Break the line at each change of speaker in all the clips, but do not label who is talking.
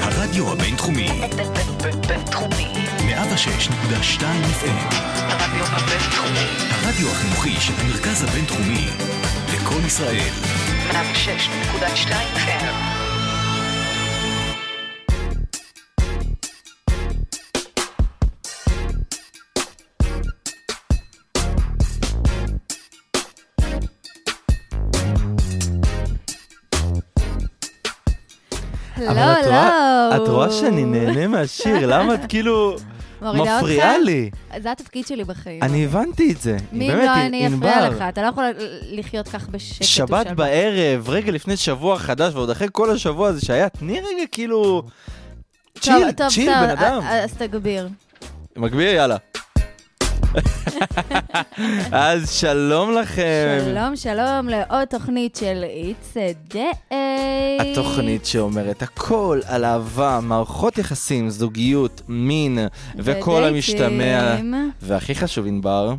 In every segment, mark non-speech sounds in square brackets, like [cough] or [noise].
הרדיו הבינתחומי,
בינתחומי.
106.2 FM,
הרדיו הבינתחומי.
הרדיו החינוכי של המרכז הבינתחומי, לקום ישראל,
106.2 FM.
הלו,
אבל את רואה-
הלו.
את רואה שאני נהנה מהשיר, למה את כאילו
מורידה
מפריעה
אותך?
לי?
זה התפקיד שלי בחיים.
אני הבנתי את זה.
מי
באמת,
לא,
ענ-
אני אפריע
ענבר.
לך, אתה לא יכול לחיות כך בשקט.
שבת
ושלווה.
בערב, רגע לפני שבוע חדש, ועוד אחרי כל השבוע הזה שהיה, תני רגע כאילו...
טוב,
צ'יל,
טוב,
צ'יל,
טוב, אה,
בן אדם.
א- אז תגביר.
מגביר, יאללה. [laughs] אז שלום לכם.
שלום, שלום לעוד תוכנית של It's a Day.
התוכנית שאומרת הכל על אהבה, מערכות יחסים, זוגיות, מין, וכל
ודייטים.
המשתמע. והכי חשוב, ענבר,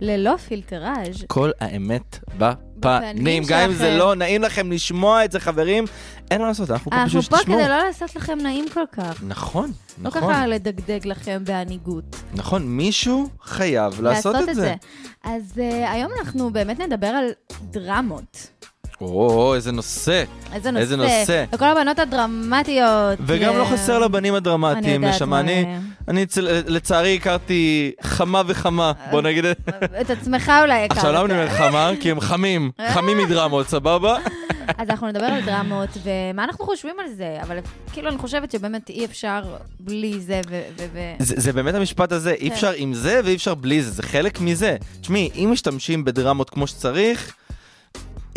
ללא פילטראז'.
כל האמת בפנים.
בפנים
גם אם זה
שלכם.
לא נעים לכם לשמוע את זה, חברים, אין מה לעשות, אנחנו פה
אנחנו
פשוט
פה
שתשמעו.
כדי לא לעשות לכם נעים כל כך.
נכון,
לא
נכון,
ככה לדגדג לכם בהנהיגות.
נכון, מישהו חייב לעשות את זה.
אז אה, היום אנחנו באמת נדבר על דרמות.
או, איזה נושא.
איזה נושא.
איזה נושא.
לכל הבנות הדרמטיות.
וגם לא
אה,
חסר לבנים
אני
הדרמטיים,
יודעת
נשמה.
מה
אני,
זה.
אני צל- לצערי הכרתי חמה וחמה, בוא נגיד.
את עצמך אולי הכרת.
עכשיו לא למה אני אומר
אה.
חמה? כי הם חמים, חמים מדרמות, סבבה?
אז אנחנו נדבר על דרמות, ומה אנחנו חושבים על זה, אבל כאילו אני חושבת שבאמת אי אפשר בלי זה, ו... ו- ו-
זה, זה באמת המשפט הזה, אי
כן.
אפשר עם זה ואי אפשר בלי זה, זה חלק מזה. תשמעי, אם משתמשים בדרמות כמו שצריך,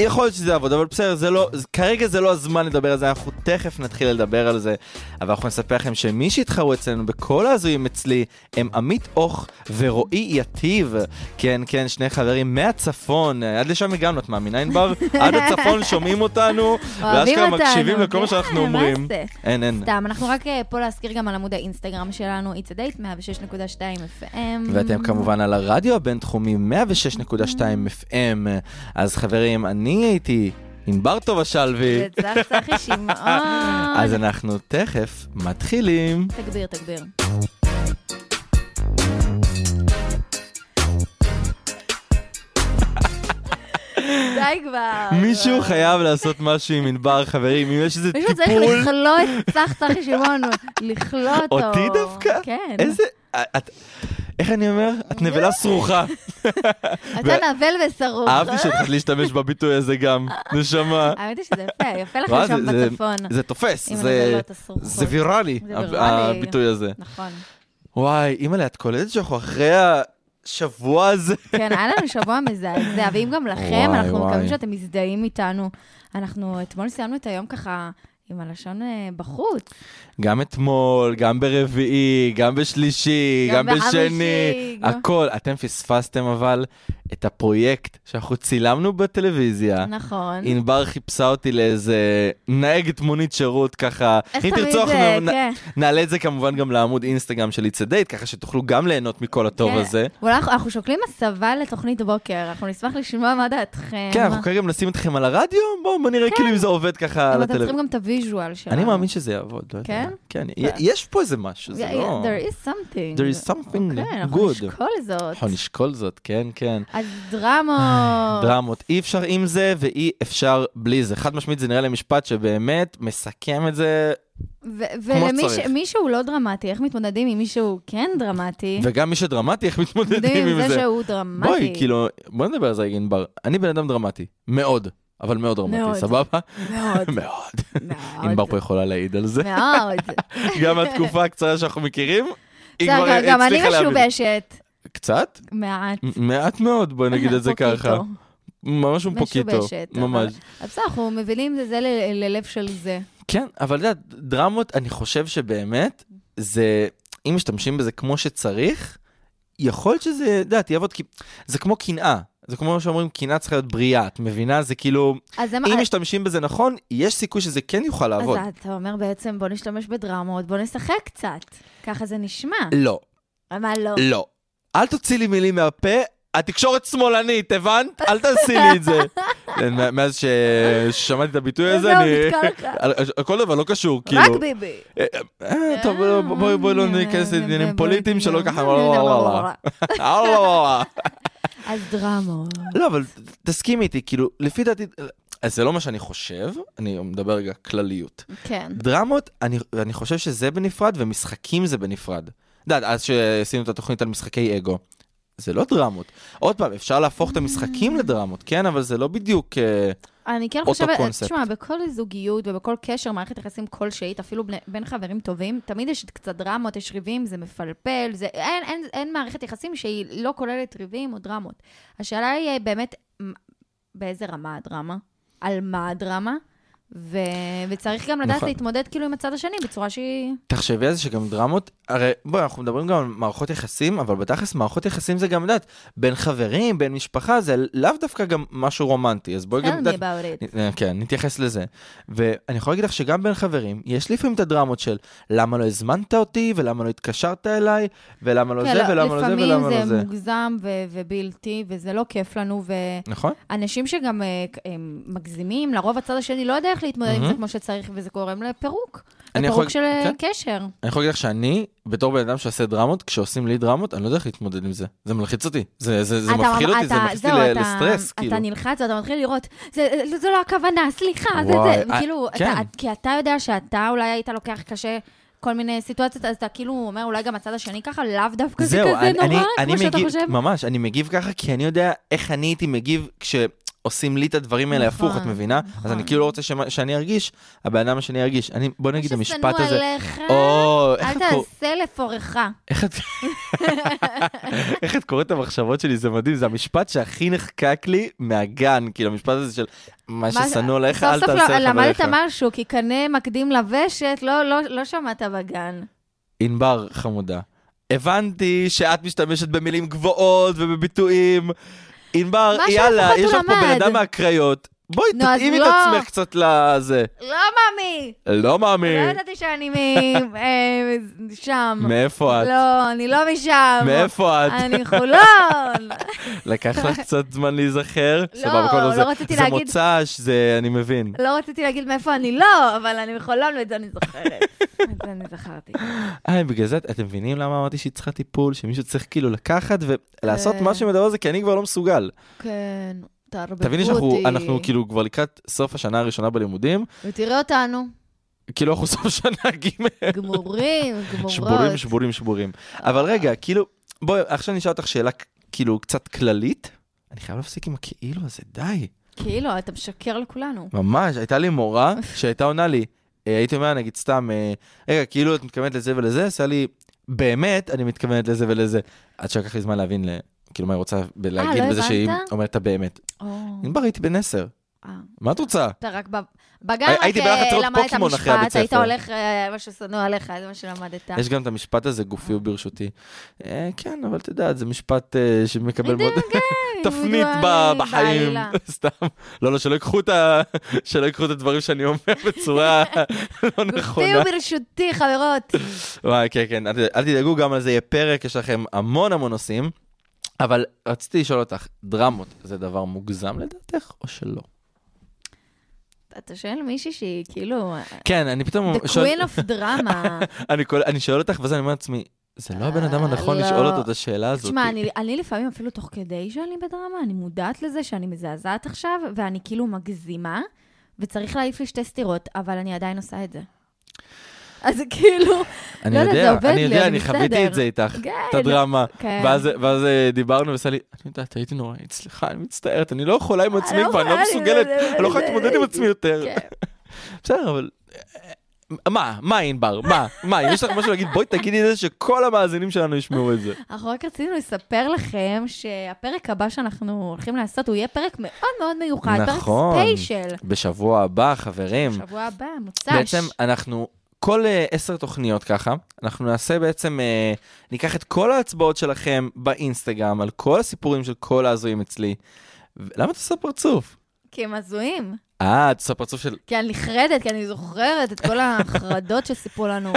יכול להיות שזה יעבוד, אבל בסדר, זה לא, זה- כרגע זה לא הזמן לדבר על זה, אנחנו תכף נתחיל לדבר על זה. אבל אנחנו נספר לכם שמי שהתחרו אצלנו בכל ההזויים אצלי, הם עמית אוך ורועי יתיב. כן, כן, שני חברים מהצפון, עד לשם הגענו, את מאמינה, ענבר? עד הצפון שומעים אותנו,
אוהבים
ואשכרה
אותנו.
מקשיבים לכל מה שאנחנו
כן, מה
אומרים.
זה?
אין, אין.
סתם, אנחנו רק אה, פה להזכיר גם על עמוד האינסטגרם שלנו, It's a Date 106.2 FM.
ואתם כמובן על הרדיו הבינתחומי 106.2 FM. אז חברים, אני הייתי ענבר טובה שלוי,
וצח צחי שמעון.
אז אנחנו תכף מתחילים.
תגביר,
[laughs]
תגביר. די כבר.
מישהו חייב לעשות משהו עם ענבר, חברים, אם יש איזה
מישהו צריך
טיפול,
לכלוא את צח צחי שמעון, לכלוא אותו.
אותי דווקא?
כן.
איזה... אה, את- איך אני אומר? את נבלה
[laughs]
סרוחה.
אתה נבל ושרוף. לא?
אהבתי שהתחלת להשתמש בביטוי הזה גם,
אה.
נשמה.
האמת היא שזה יפה, יפה לך
רואה?
שם
זה- זה-
בצפון.
זה תופס,
עם
זה-
הנבלות הסרוכות.
זה ויראלי,
זה
ה-
ויראלי.
הביטוי הזה.
נכון.
וואי, אימא'לה, את קולטת שאנחנו אחרי השבוע הזה?
כן, היה לנו שבוע מזעזע, ואם גם לכם,
וואי,
אנחנו
וואי.
מקווים שאתם מזדהים איתנו. אנחנו אתמול סיימנו את היום ככה עם הלשון אה, בחוץ.
גם אתמול, גם ברביעי, גם בשלישי,
גם
גם, בשני,
בחמישי, גם-
הכל. אתם פספסתם אבל את הפרויקט שאנחנו צילמנו בטלוויזיה.
נכון.
ענבר חיפשה אותי לאיזה נהגת מונית שירות ככה.
איך
אם
תמיד
תרצו,
זה,
אנחנו נ-
כן.
נעלה את זה כמובן גם לעמוד אינסטגרם של It's a Date, ככה שתוכלו גם ליהנות מכל הטוב
כן.
הזה.
וואלה, אנחנו- אנחנו שוקלים הסבה לתוכנית בוקר, אנחנו נשמח לשמוע מה דעתכם.
כן, אנחנו כרגע מנסים אתכם על הרדיו, בואו בוא נראה כאילו אם זה עובד ככה על
אבל אתם צריכים
הטלוויזיה.
גם את הוויז'ואל שלנו.
אני מאמין שזה יעבוד. לא יודע.
כן?
כן,
זה-
יש פה איזה משהו, זה
Yeah,
לא...
yeah, There is something.
There is something
כן, אנחנו
good.
נשקול זאת. אה.
אנחנו נשקול זאת, כן, כן.
אז דרמות.
דרמות, אי אפשר עם זה ואי אפשר בלי זה. חד משמעית זה נראה לי משפט שבאמת מסכם את זה,
ו-
כמו
ולמי ש-
שצריך.
מי שהוא לא דרמטי, איך מתמודדים עם מי שהוא כן דרמטי?
וגם מי שדרמטי, איך מתמודדים
מתמודדים
עם זה.
שהוא דרמטי.
בואי, כאילו, בואי נדבר על זה רגע, ענבר. אני בן אדם דרמטי, מאוד, אבל מאוד
מאוד.
דרמטי, סבבה?
מאוד,
[laughs] מאוד.
מאוד.
ענבר פה יכולה להעיד על
[laughs]
זה. [laughs]
מאוד.
גם התקופה הקצרה שאנחנו מכירים, היא
בסדר,
כבר
גם- גם אני
הצליחה להבין.
משובשת.
קצת?
מעט. אוקיי,
מעט מאוד, בואי נגיד את זה ככה.
[laughs] פוקיטו.
ממש הוא פוקיטו.
משובשת. אבל-
ממש.
אז בסדר, אנחנו מבינים את זה ל- ללב של זה.
כן, אבל את יודעת, דרמות, אני חושב שבאמת, זה, אם משתמשים בזה כמו שצריך, יכול להיות שזה, את יודעת, יעבוד, כי זה כמו קנאה. זה כמו שאומרים, קנאה צריכה להיות בריאה, את מבינה? זה כאילו,
אז זה מה- אה-
אם משתמשים בזה נכון, יש סיכוי שזה כן יוכל לעבוד.
אז אתה אומר בעצם, בוא נשתמש בדרמות, בוא נשחק קצת. ככה זה נשמע.
לא,
מה לא?
לא.
[laughs]
אל תוציא לי מילים מהפה, התקשורת שמאלנית, הבנת? אל תעשי לי את זה. כן, מ- מאז ששמעתי את הביטוי הזה,
זהו,
אני...
נתקע לך.
על- על- כל דבר לא קשור, [laughs] כאילו.
לא, רק ביבי. אה,
אה, אה, טוב, לא, בואי בואי לא ניכנס לעניינים פוליטיים שלא ככה... לא, אה, אללה.
אז דרמות.
[laughs] לא, אבל תסכימי איתי, כאילו, לפי דעתי... אז זה לא מה שאני חושב, אני מדבר רגע כלליות.
כן.
דרמות, אני, אני חושב שזה בנפרד, ומשחקים זה בנפרד. את יודעת, אז שעשינו את התוכנית על משחקי אגו, זה לא דרמות. עוד פעם, אפשר להפוך את המשחקים לדרמות, כן? אבל זה לא בדיוק... אה,
אני כן
אותו
חושבת,
קונספט.
תשמע, בכל זוגיות ובכל קשר, מערכת יחסים כלשהית, אפילו בני- בין חברים טובים, תמיד יש קצת דרמות, יש ריבים, זה מפלפל, זה... אין, אין, אין מערכת יחסים שהיא לא כוללת ריבים או דרמות. השאלה היא אה, באמת, מ- באיזה רמה הדרמה? על מה הדרמה? ו... וצריך גם לדעת
נכון.
להתמודד כאילו עם הצד השני בצורה שהיא...
תחשבי על זה שגם דרמות, הרי בואי, אנחנו מדברים גם על מערכות יחסים, אבל בתכלס מערכות יחסים זה גם, את יודעת, בין חברים, בין משפחה, זה לאו דווקא גם משהו רומנטי, אז בואי גם,
tell
את
me
יודעת,
about it.
אה, כן, נתייחס לזה. ואני יכול להגיד לך שגם בין חברים, יש לפעמים את הדרמות של למה לא הזמנת אותי, ולמה לא התקשרת אליי, ולמה לא
כן,
זה,
לא,
ולמה לא זה, ולמה לא
לפעמים
זה.
זה מוגזם ו- ובלתי, וזה לא כיף לנו, ו...
נכון?
אנשים שגם אה, כ- הם מגזימים, לרוב הצד השני לא יודע איך להתמודד עם זה
מהמם.
כמו שצריך, וזה גורם לפירוק.
אני
לפירוק
יכול- כן.
של אה, קשר.
אני יכול להגיד לך שאני, בתור בן אדם שעושה דרמות, כשעושים לי דרמות, אני לא יודע איך להתמודד עם זה. זה מלחיץ אותי. זה זה- זה
אתה-
מפחיד אותי,
אתה-
זה מכניס אותי
זהו,
ל-
אתה-
לסטרס, כאילו.
אתה נלחץ ואתה מתחיל לראות, "זה- זה- זו לא הכוונה, סליחה, זה
וואי,
זה,
אה,
כאילו, אתה-
כן.
את- כי אתה יודע שאתה אולי היית לוקח קשה. כל מיני סיטואציות, אז אתה כאילו אומר, אולי גם הצד השני ככה, לאו דווקא זה
זהו,
כזה
אני-
נורא,
אני- אני
כמו שאתה
מגיב-
חושב.
ממש, אני מגיב ככה, כי אני יודע איך אני הייתי מגיב כשעושים לי את הדברים האלה
נכון,
הפוך, את מבינה? אז אני
נכון.
כאילו לא רוצה שמה- שאני ארגיש, הבן אדם השני ירגיש. אני- בוא נגיד המשפט
ששנוא
הזה.
עליך,
או, איך
אל
את קור-
תעשה לפורך.
איך
[laughs]
את... איך את קוראת את המחשבות שלי, זה מדהים, זה המשפט שהכי נחקק לי מהגן, כאילו המשפט הזה של מה
מה-
ששנוא עליך, אל
סוף סוף
תעשה
לא-
לחבריך.
למדת משהו, כי קנה מקדים לוושת, לא- לא לא שמעת בגן.
ענבר חמודה, הבנתי שאת משתמשת במילים גבוהות ובביטויים. ענבר,
מה
יאללה,
שלפחות
יש
הוא
לך פה בן
למד.
אדם מהקריות. בואי,
נו, אז
תתאימי את
לא.
עצמך קצת לזה.
לא, מאמי!
לא
לא
מאמין.
ידעתי שאני
[laughs]
מ- אה, שם.
מאיפה את?
לא, אני לא משם.
מאיפה את?
אני
[laughs]
חולון.
לקח לך קצת זמן להיזכר?
לא,
סבבה, כל
לא
זה-
רציתי
זה
להגיד-
מוצ"ש, זה, אני מבין.
לא רציתי להגיד מאיפה אני לא, אבל אני מחולון ואת זה אני זוכרת. את זה אני זכרתי.
אה, בגלל זה, אתם מבינים למה אמרתי שהיא צריכה טיפול? שמישהו צריך כאילו לקחת ולעשות
אה.
משהו מהדבר הזה, כי אני כבר לא מסוגל.
כן, תערבבו
תביני שאנחנו אנחנו כאילו כבר לקראת סוף השנה הראשונה בלימודים,
ותראה
[laughs]
אותנו,
כאילו אנחנו סוף שנה ג'
גמורים, גמורות.
שבורים, שבורים, שבורים. אבל
אה.
רגע, כאילו, בואי, עכשיו אני אשאל אותך שאלה כאילו קצת כללית. אני חייב להפסיק עם הכאילו הזה, די.
כאילו, אתה משקר לכולנו.
ממש, הייתה לי מורה שהייתה עונה לי, אה, הייתי אומר, נגיד סתם, אה, רגע, כאילו את מתכוונת לזה ולזה, עשה לי, באמת, אני מתכוונת לזה ולזה. עד שלקח לי זמן להבין, ל- כאילו, מה היא רוצה ב- להגיד
לא
בזה שהיא
הבנת? אה.
אומרת את הבאמת.
או,
נדבר, הייתי בן עשר,
אה.
מה את רוצה?
אתה רק ב- בגן
הי-
רק
הייתי בהלך
אה,
לראות
למדת
פוקימון אחרי הבית
משפט, היית
ספר.
הולך, אה, מה ששנוא עליך, זה מה שלמדת.
יש גם את המשפט הזה, גופי הוא ברשותי. אה, כן, אבל את יודעת, זה משפט אה, שמקבל מאוד... [laughs] תפנית ב-
מדוע אני
בחיים.
בעלילה?
[laughs] סתם. לא, לא, שלא ייקחו את ה- [laughs] שלא ייקחו את הדברים שאני אומר [laughs] בצורה לא נכונה.
תהיו ברשותי, חברות.
וואי, כן, כן, אל ת- אל תדאגו, גם על זה יהיה פרק, יש לכם המון המון נושאים. אבל רציתי לשאול אותך, דרמות זה דבר מוגזם לדעתך, או שלא?
אתה שואל מישהי שהיא כאילו,
כן, אני פתאום...
the
שואל-
queen of
[laughs]
drama.
אני כל- אני שואל אותך, ואז אני אומר לעצמי, זה לא הבן אדם
אה,
הנכון
לא.
לשאול אותו את השאלה הזאת.
תשמע, אני- אני לפעמים אפילו תוך כדי שאני בדרמה, אני מודעת לזה שאני מזעזעת עכשיו, ואני כאילו מגזימה, וצריך להעיף לי שתי סטירות, אבל אני עדיין עושה את זה. אז זה כאילו,
אני
לא יודעת,
יודע,
זה עובד
אני
לי,
יודע,
אני
אני חוויתי את
בסדר.
זה איתך,
כן.
את הדרמה.
כן.
ואז ואז, אה, דיברנו ועשה לי, אני יודעת, הייתי נוראית, סליחה, אני מצטערת, אני לא יכולה עם עצמי כבר, אני לא
אה, יכולה,
מסוגלת,
זה-
אני לא יכולה
זה-
להתמודד עם עצמי יותר.
כן.
[laughs] בסדר, אבל... אה, מה, מה ענבר, מה, מה, אם יש לך משהו להגיד, בואי תגידי את זה שכל המאזינים שלנו
[laughs]
ישמעו את זה.
אנחנו רק רצינו לספר לכם שהפרק הבא שאנחנו הולכים לעשות, הוא יהיה פרק מאוד מאוד מיוחד,
נכון.
פרק ספיישל.
בשבוע הבא, חברים,
שבוע הבא, מוצ"ש.
בעצם אנחנו, כל אה, עשר תוכניות ככה, אנחנו נעשה בעצם, אה, ניקח את כל ההצבעות שלכם באינסטגרם, על כל הסיפורים של כל ההזויים אצלי. ו- למה את עושה פרצוף?
כי הם הזויים.
אה, את עושה פרצוף של... [laughs]
כי אני נחרדת, כי אני זוכרת את כל ההחרדות שסיפרו לנו.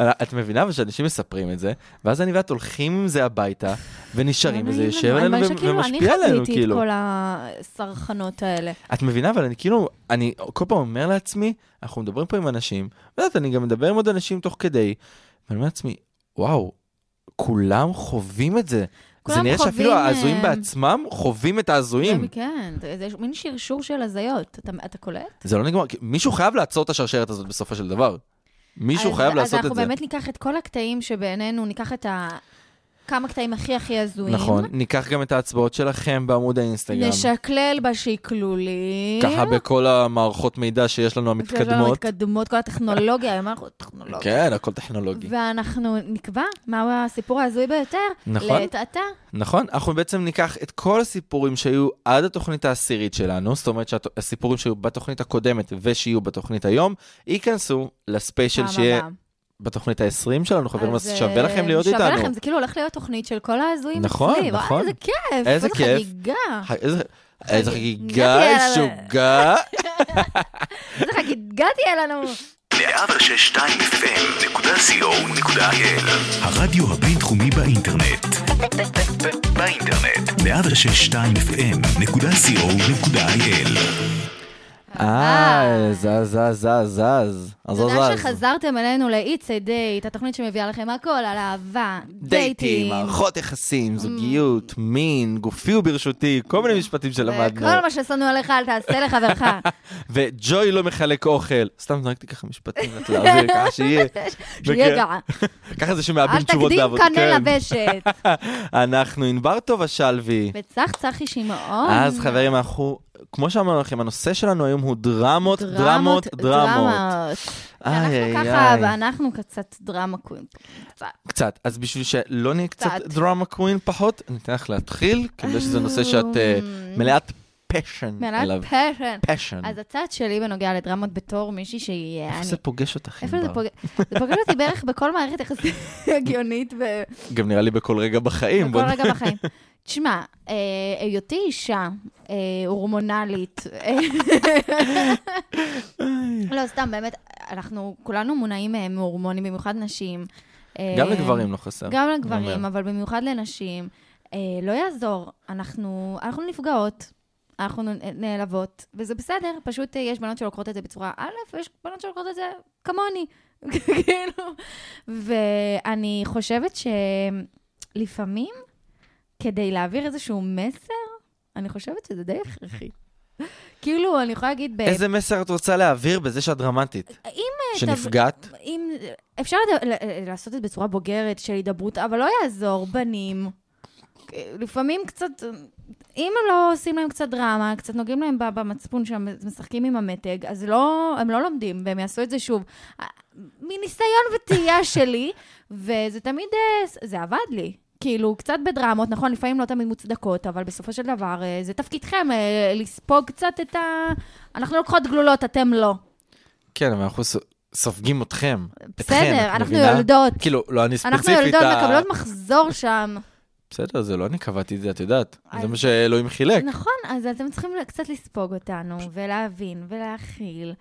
את מבינה אבל שאנשים מספרים את זה, ואז אני ואת הולכים עם זה הביתה, ונשארים,
לא
וזה
נעים
יושב
לנו. אני
עלינו
מרגישה
ו-
כאילו
ומשפיע עלינו,
אני חזיתי את
כאילו.
כל הסרחנות האלה.
את מבינה, אבל אני כאילו, אני כל פעם אומר לעצמי, אנחנו מדברים פה עם אנשים, ואת יודעת, אני גם מדבר עם עוד אנשים תוך כדי, ואני אומר לעצמי, וואו, כולם חווים את זה. זה
כולם
נראה שאפילו
חווים,
ההזויים
אה,
בעצמם חווים את ההזויים.
כן, זה זה מין שרשור של הזיות. אתה- אתה קולט?
זה לא נגמר, כי מישהו חייב לעצור את השרשרת הזאת בסופו של דבר. מישהו
אז-
חייב
אז
לעשות
אנחנו
את זה.
באמת ניקח את כל הקטעים שבינינו, ניקח את ה... כמה קטעים הכי הכי הזויים.
נכון, ניקח גם את ההצבעות שלכם בעמוד האינסטגרם.
נשקלל בשקלולים.
ככה בכל המערכות מידע שיש לנו
שיש לנו
המתקדמות.
לא מתקדמות, כל הטכנולוגיה, היום אנחנו טכנולוגיה.
כן, הכל טכנולוגי.
ואנחנו נקבע מהו הסיפור ההזוי ביותר.
נכון.
לעת עתה.
נכון, אנחנו בעצם ניקח את כל הסיפורים שהיו עד התוכנית העשירית שלנו, זאת אומרת שהסיפורים שהיו בתוכנית הקודמת ושיהיו בתוכנית היום, ייכנסו לספיישל
פעם
שיהיה
הבאה.
בתוכנית ה-20 שלנו, חברים, אז
אז, אה,
שווה לכם להיות איתנו.
שווה לכם, זה כאילו הולך להיות תוכנית של כל ההזויים
נכון,
אצלי. וואי,
נכון.
איזה כיף.
איזה כיף.
חגיגה.
ח- איזה- איזה חגיגה,
יאללה.
איזה שוגה.
איזה חגיגה תהיה לנו.
106.2 FM.co.il הרדיו הבינתחומי באינטרנט. באינטרנט. 106.2 FM.co.il
אה, זז, זז, זז, זז.
לא
אז זז,
תודה
זז.
שחזרתם אלינו ל-It's a Date, התוכנית שמביאה לכם הכל על אהבה,
דייטים,
דייטים,
מערכות
Mm.
יחסים, זוגיות, מין, גופי וברשותי, כל מיני משפטים שלמדנו.
וכל מה ששנוא עליך אל תעשה
[laughs]
לחברך.
וג'וי לא מחלק אוכל. סתם זרקתי ככה משפטים רק לאוויר, ככה שיהיה.
[laughs] שיהיה גאה.
ככה זה
אל
שמאבדים תשובות
תקדים
בעבודה.
קנה
כן.
לבשת.
אנחנו ענבר טובה שלוי.
וצח צחי שמעון.
אז חברים, אנחנו, כמו שאמרנו לכם, הנושא שלנו היום הוא דרמות, דרמות, דרמות.
דרמות.
איי,
אנחנו
איי,
ככה,
איי.
אנחנו קצת דרמה קווין.
קצת. אז בשביל שלא נהיה קצת
קצת.
דרמה קווין פחות, אני אתן לך להתחיל, כי אני יודע שזה נושא שאת אה, מלאת פשן
אמ. מלאת
עליו.
פרן.
פשן.
אז הצד שלי בנוגע לדרמות בתור מישהי שהיא...
איפה
אני-
זה פוגש אותך,
איפה זה
ענבר?
פוגש? זה פוגש אותי בערך בכל מערכת יחסית הגיונית ו...
גם נראה לי בכל רגע בחיים.
בכל
בוא-
רגע
[laughs]
בחיים. תשמע, אה, היותי אישה אה, הורמונלית, אה, לא, סתם, באמת, אנחנו כולנו מונעים אה, מהורמונים, במיוחד נשים. אה,
גם לגברים לא חסר.
גם
אני
לגברים,
אומר.
אבל במיוחד לנשים. אה, לא יעזור, אנחנו אנחנו נפגעות. אנחנו נ- אה, נעלבות, וזה בסדר, פשוט אה, יש בנות שלוקחות את זה בצורה א', ויש בנות שלוקחות את זה כמוני, [laughs] כאילו. ואני חושבת שלפעמים, כדי להעביר איזשהו מסר, אני חושבת שזה די הכרחי. [laughs] כאילו, אני יכולה להגיד, ב-
איזה מסר את רוצה להעביר בזה שאת דרמטית?
אם, אה, תב-
שנפגעת?
אם... אפשר לד... ל- לעשות את זה בצורה בוגרת של הידברות, אבל לא יעזור, בנים. לפעמים קצת... אם הם לא עושים להם קצת דרמה, קצת נוגעים להם ב- במצפון שהם משחקים עם המתג, אז לא, הם לא לומדים, והם יעשו את זה שוב. מניסיון
[laughs]
וטעייה שלי, וזה תמיד... אה, זה עבד לי. כאילו, קצת בדרמות, נכון, לפעמים לא תמיד מוצדקות, אבל בסופו של דבר, אה, זה תפקידכם, אה, לספוג קצת את ה... אנחנו לוקחות גלולות, אתם לא.
כן, אבל אנחנו ס- סופגים אתכם. אתכן,
בסדר,
את
אנחנו
מבינה?
יולדות.
כאילו, לא, אני ספציפית...
אנחנו יולדות
ה-
מקבלות מחזור שם.
בסדר, זה לא אני קבעתי את זה, את יודעת. זה
אז-
מה שאלוהים חילק.
נכון, אז אתם צריכים קצת לספוג אותנו, ולהבין, ולהכיל.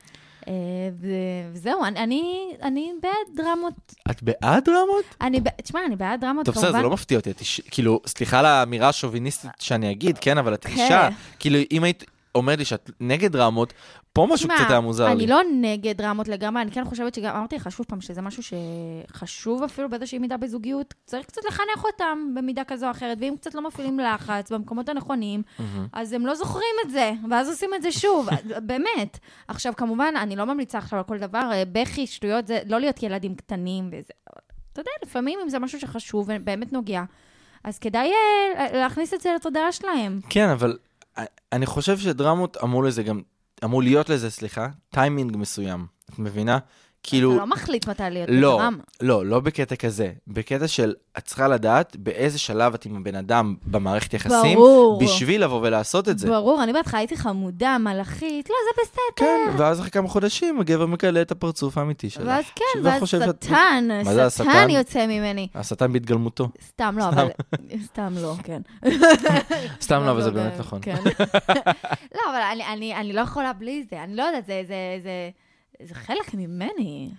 אה, ו- וזהו, אני- אני אני בעד דרמות.
את בעד דרמות?
אני ב- תשמע, אני בעד דרמות,
טוב, בסדר, זה
כמובן.
לא מפתיע אותי. את איש- כאילו, סליחה על האמירה השוביניסטית שאני אגיד, כן, אבל את אישה. כאילו, אם היית אומרת לי שאת נגד דרמות, פה משהו
תשמע,
קצת היה מוזר לי.
אני לא נגד דרמות לגמרי, אני כן חושבת שגם, אמרתי לך שוב פעם, שזה משהו שחשוב אפילו באיזושהי מידה בזוגיות, צריך קצת לחנך אותם במידה כזו או אחרת, ואם קצת לא מפעילים לחץ במקומות הנכונים, אז הם לא זוכרים את זה, ואז עושים את זה
[laughs]
שוב, באמת. עכשיו, כמובן, אני לא ממליצה עכשיו על כל דבר, אה, בכי, שטויות, זה לא להיות ילדים קטנים וזה. אתה יודע, לפעמים אם זה משהו שחשוב ובאמת נוגע, אז כדאי אה, להכניס את זה לתודעה שלהם.
כן, אבל אני חושב שדרמות אמור לזה גם, אמור להיות לזה, סליחה, טיימינג מסוים. את מבינה? כאילו...
אתה לא מחליט מתי להיות
לא,
בדרמה.
לא, לא בקטע כזה. בקטע של את צריכה לדעת באיזה שלב את עם הבן אדם במערכת יחסים,
ברור.
בשביל לבוא ולעשות את זה.
ברור, אני בהתחלה הייתי חמודה, מלאכית, לא, זה בסדר.
כן, ואז אחרי כמה חודשים הגבר מגלה את הפרצוף האמיתי שלך.
ואז כן,
שזה
ואז
חושב שאת-
שטן,
מה זה
שטן
השטן?
יוצא ממני.
השטן בהתגלמותו.
סתם לא, אבל... סתם לא, כן.
סתם לא, אבל זה
לא,
באמת
לא,
נכון.
כן. לא, אבל אני- אני אני לא יכולה בלי זה, אני לא יודעת, זה- זה- זה- זה חלק ממני.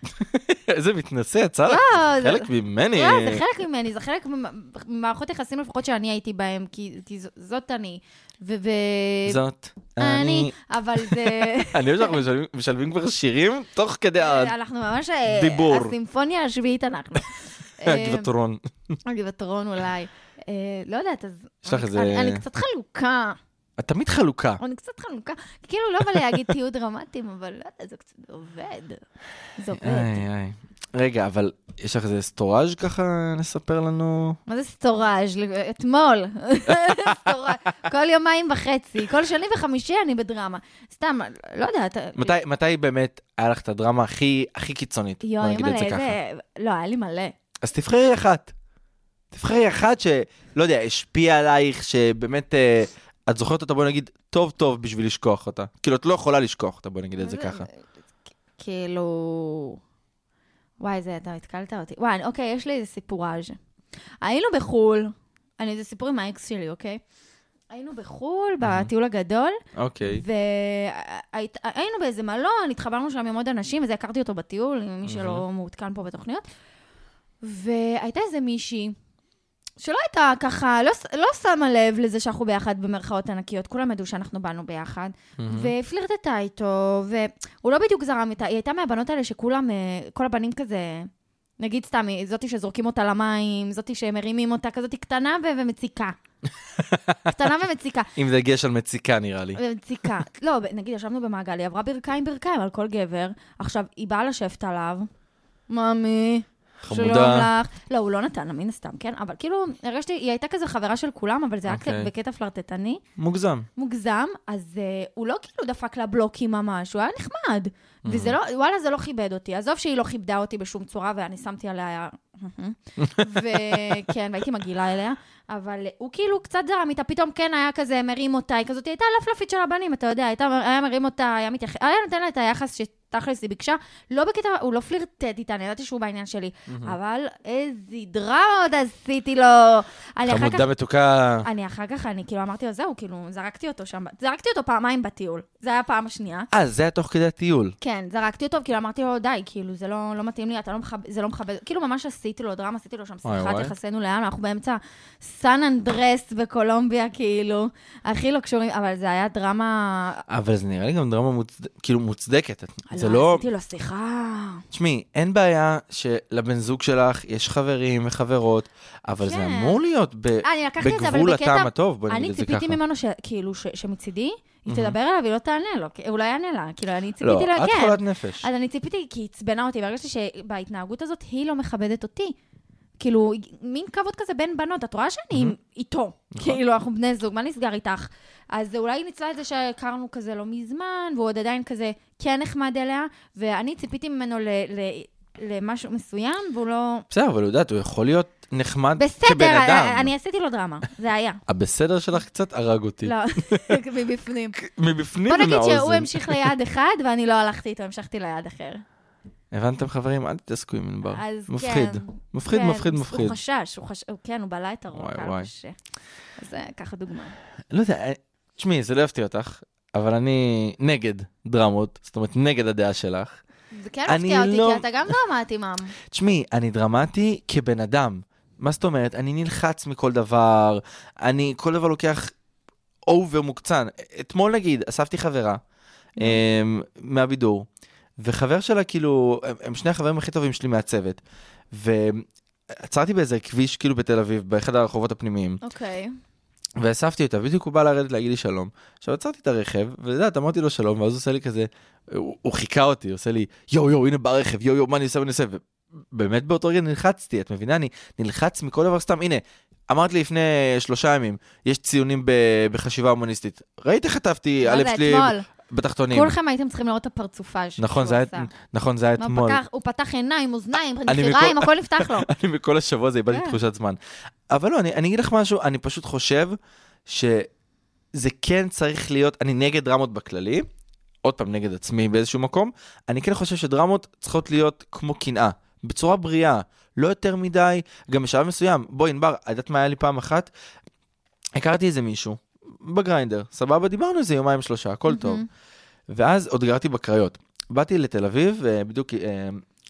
איזה מתנשא, יצא לך.
לא, זה-
חלק ממני.
לא, זה חלק ממני, זה חלק ממ- ממערכות יחסים לפחות שאני הייתי בהם, כי כי ז- זאת אני. ו... ו-
זאת.
אני. אבל
[laughs]
זה...
אני אוהב שאנחנו משלבים- משלבים כבר שירים תוך כדי ה-
אנחנו ממש... אה,
דיבור.
הסימפוניה השביעית אנחנו.
[laughs]
אה,
הגבעטרון.
הגבעטרון אולי. אה, לא יודעת, אז...
יש לך
אני-
איזה-
אני אני קצת חלוקה.
את תמיד חלוקה.
אני קצת חנוכה, כאילו לא בא לי להגיד תהיו דרמטיים, אבל לא יודע, זה קצת עובד. זה עובד.
איי, איי. רגע, אבל יש לך איזה סטוראז' ככה לספר לנו?
מה זה סטוראז'? אתמול. [laughs] סטוראז'. כל יומיים וחצי, כל שני וחמישי אני בדרמה. סתם, לא יודעת.
מתי, מתי באמת היה לך את הדרמה הכי, הכי קיצונית? בוא
יואי,
נגיד את
מלא,
זה ככה.
איזה... לא, היה לי מלא.
אז תבחרי אחת. תבחרי אחת שלא יודע, השפיעה עלייך, שבאמת, אה, את זוכרת אותה, בוא נגיד, טוב טוב בשביל לשכוח אותה. כאילו, את לא יכולה לשכוח אותה, בוא נגיד
לא,
את זה ככה.
כאילו... וואי, זה, אתה התקלת אותי. וואי, אוקיי, יש לי איזה סיפוראז'. היינו בחו"ל, אני, זה סיפור עם האקס שלי, אוקיי? היינו בחו"ל, בטיול הגדול,
אוקיי.
והיינו באיזה מלון, התחברנו שם עם עוד אנשים, וזה הכרתי אותו בטיול, עם מי שלא מעודכן פה בתוכניות. והייתה איזה מישהי, שלא הייתה ככה, לא, ש- לא שמה לב לזה שאנחנו ביחד במרכאות ענקיות, כולם ידעו שאנחנו באנו ביחד, ופלירטטה איתו, והוא לא בדיוק זרם איתה, היא הייתה מהבנות האלה שכולם, אה, כל הבנים כזה... נגיד סתם, היא זאתי שזורקים אותה למים, זאתי שמרימים אותה, כזאתי קטנה ו- ומציקה. קטנה ומציקה.
עם דגש על מציקה, נראה לי.
מציקה. לא, נגיד, ישבנו במעגל, היא עברה ברכיים ברכיים על כל גבר. עכשיו, היא באה לשבת עליו. ממי, שלום
חמודה.
לך. לא, הוא לא נתן לה, מן הסתם, כן? אבל כאילו, הרגשתי, היא הייתה כזה חברה של כולם, אבל זה היה
אוקיי.
כ- בקטע פלרטטני,
מוגזם.
מוגזם, אז uh, הוא לא כאילו דפק לה בלוקים ממש, הוא היה נחמד. וזה לא, וואלה, זה לא כיבד אותי. עזוב שהיא לא כיבדה אותי בשום צורה, ואני שמתי עליה... וכן, והייתי מגעילה אליה, אבל הוא כאילו קצת זרם איתה, פתאום כן היה כזה מרים אותה, היא כזאת, היא הייתה לפלפית של הבנים, אתה יודע, הייתה, היה מרים אותה, היה מתייחס, היה נותן לה את היחס שתכלס היא ביקשה, לא בקטע, הוא לא פלירטט איתה, אני ידעתי שהוא בעניין שלי, אבל איזה דרמה עוד עשיתי לו. אני אחר כך
חמודה מתוקה.
אני אחר כך, אני כאילו אמרתי לו, זהו, כאילו, זרקתי אותו שם, זרקתי אותו פעמיים בטיול. זה היה הפעם השנייה.
אה, זה היה תוך כדי הטיול.
כן, זרקתי אותו, כאילו אמרתי לו, די, כאילו, זה לא, לא מתאים לי, אתה לא מכבד, זה לא מכבד, כאילו ממש עשיתי לו דרמה, עשיתי לו שם
וואי,
שיחת
וואי.
יחסינו לאן, אנחנו באמצע סן אנדרס בקולומביה, כאילו, הכי לא קשורים, אבל זה היה דרמה,
אבל זה נראה לי גם דרמה מוצד... כאילו מוצדקת. זה
לא,
לא...
עשיתי לו שיחה.
תשמעי, אין בעיה שלבן זוג שלך יש חברים וחברות, אבל
כן. אה,
זה אמור להיות ב...
אני לקחתי את זה, אבל
בגבול
בקטע...
הטעם הטוב, בוא נגיד
אני
את זה
ציפיתי
ככה.
ממנו, ש- כאילו, ש- שמצידי, היא תדבר אליו, היא לא תענה לו, כי- הוא לא יענה לה, כאילו, אני
לא,
ציפיתי לה, כן.
את חולת נפש.
אז אני ציפיתי, כי היא עצבנה אותי, והרגשתי שבהתנהגות הזאת היא לא מכבדת אותי. כאילו, מין כבוד כזה בין בנות, את רואה שאני איתו.
נכון.
כאילו, אנחנו בני זוג, מה נסגר איתך? אז אולי היא ניצלה את זה שהכרנו כזה לא מזמן, והוא עוד עדיין כזה כן נחמד אליה, ואני ציפיתי ממנו ל... ל- למשהו מסוים, והוא לא...
בסדר, אבל הוא יודעת, הוא יכול להיות נחמד כבן
בסדר, אה,
אדם.
אני עשיתי לו דרמה, זה היה.
הבסדר שלך קצת הרג אותי.
לא,
[laughs]
מבפנים.
מבפנים
בוא נגיד שהוא
ומהאוזן.
המשיך ליעד אחד, ואני לא הלכתי איתו, המשכתי ליעד אחר.
הבנתם חברים? אל תתעסקו עם ענבר.
אז
אה, מפחיד.
כן.
מפחיד,
כן,
מפחיד,
הוא
מפחיד.
חשש, הוא חשש, הוא- כן, הוא בלע את הרוק,
וואי,
היה לו
וואי.
קשה. אז זה ככה דוגמה.
לא יודע, תשמעי, זה לא יפתיע אותך, אבל אני נגד דרמות, זאת אומרת, נגד הדעה שלך.
זה כן
אני
מפתיע אותי,
לא-
כי אתה גם דרמטי, מאם.
תשמעי, אני דרמטי כבן אדם. מה זאת אומרת? אני נלחץ מכל דבר, אני כל דבר לוקח אובר מוקצן. אתמול נגיד, אספתי חברה אמ, מהבידור, וחבר שלה כאילו, הם, הם שני החברים הכי טובים שלי מהצוות, ועצרתי באיזה כביש כאילו בתל אביב, באחד הרחובות הפנימיים,
אוקיי.
ואספתי אותה, בדיוק הוא בא לרדת להגיד לי שלום. עכשיו עצרתי את הרכב, ואת יודעת, אמרתי לו שלום, ואז הוא עושה לי כזה, הוא, הוא חיכה אותי, הוא עושה לי, יואו יואו, הנה ברכב, יואו יואו, מה אני עושה, מה אני עושה, ובאמת באותו רגע נלחצתי, את מבינה? אני נלחץ מכל דבר סתם, הנה, אמרת לי לפני שלושה ימים, יש ציונים ב, בחשיבה הומניסטית. ראית איך חטפתי
מה
א'
זה,
שלי
לא אתמול?
בתחתונים.
כולכם לא, הייתם צריכים לראות את הפרצופה ש-
נכון,
שהוא
זה היה,
עשה.
נכון, זה היה
מה,
אתמול.
פקח- הוא פתח עיניים, אוזניים,
אני
נחיריים,
מכל-
הכל נפתח לו.
אני מכל השבוע הזה איבדתי
כן.
תחושת זמן. אבל לא, אני, אני אגיד לך משהו, אני פשוט חושב שזה כן צריך להיות, אני נגד דרמות בכללי, עוד פעם נגד עצמי באיזשהו מקום, אני כן חושב שדרמות צריכות להיות כמו קנאה, בצורה בריאה, לא יותר מדי, גם בשלב מסוים. בואי, ענבר, את יודעת מה היה לי פעם אחת? הכרתי איזה מישהו, בגריינדר, סבבה, דיברנו איזה יומיים שלושה, הכל טוב. ואז עוד גרתי בקריות. באתי לתל אביב, אה, בדיוק אה,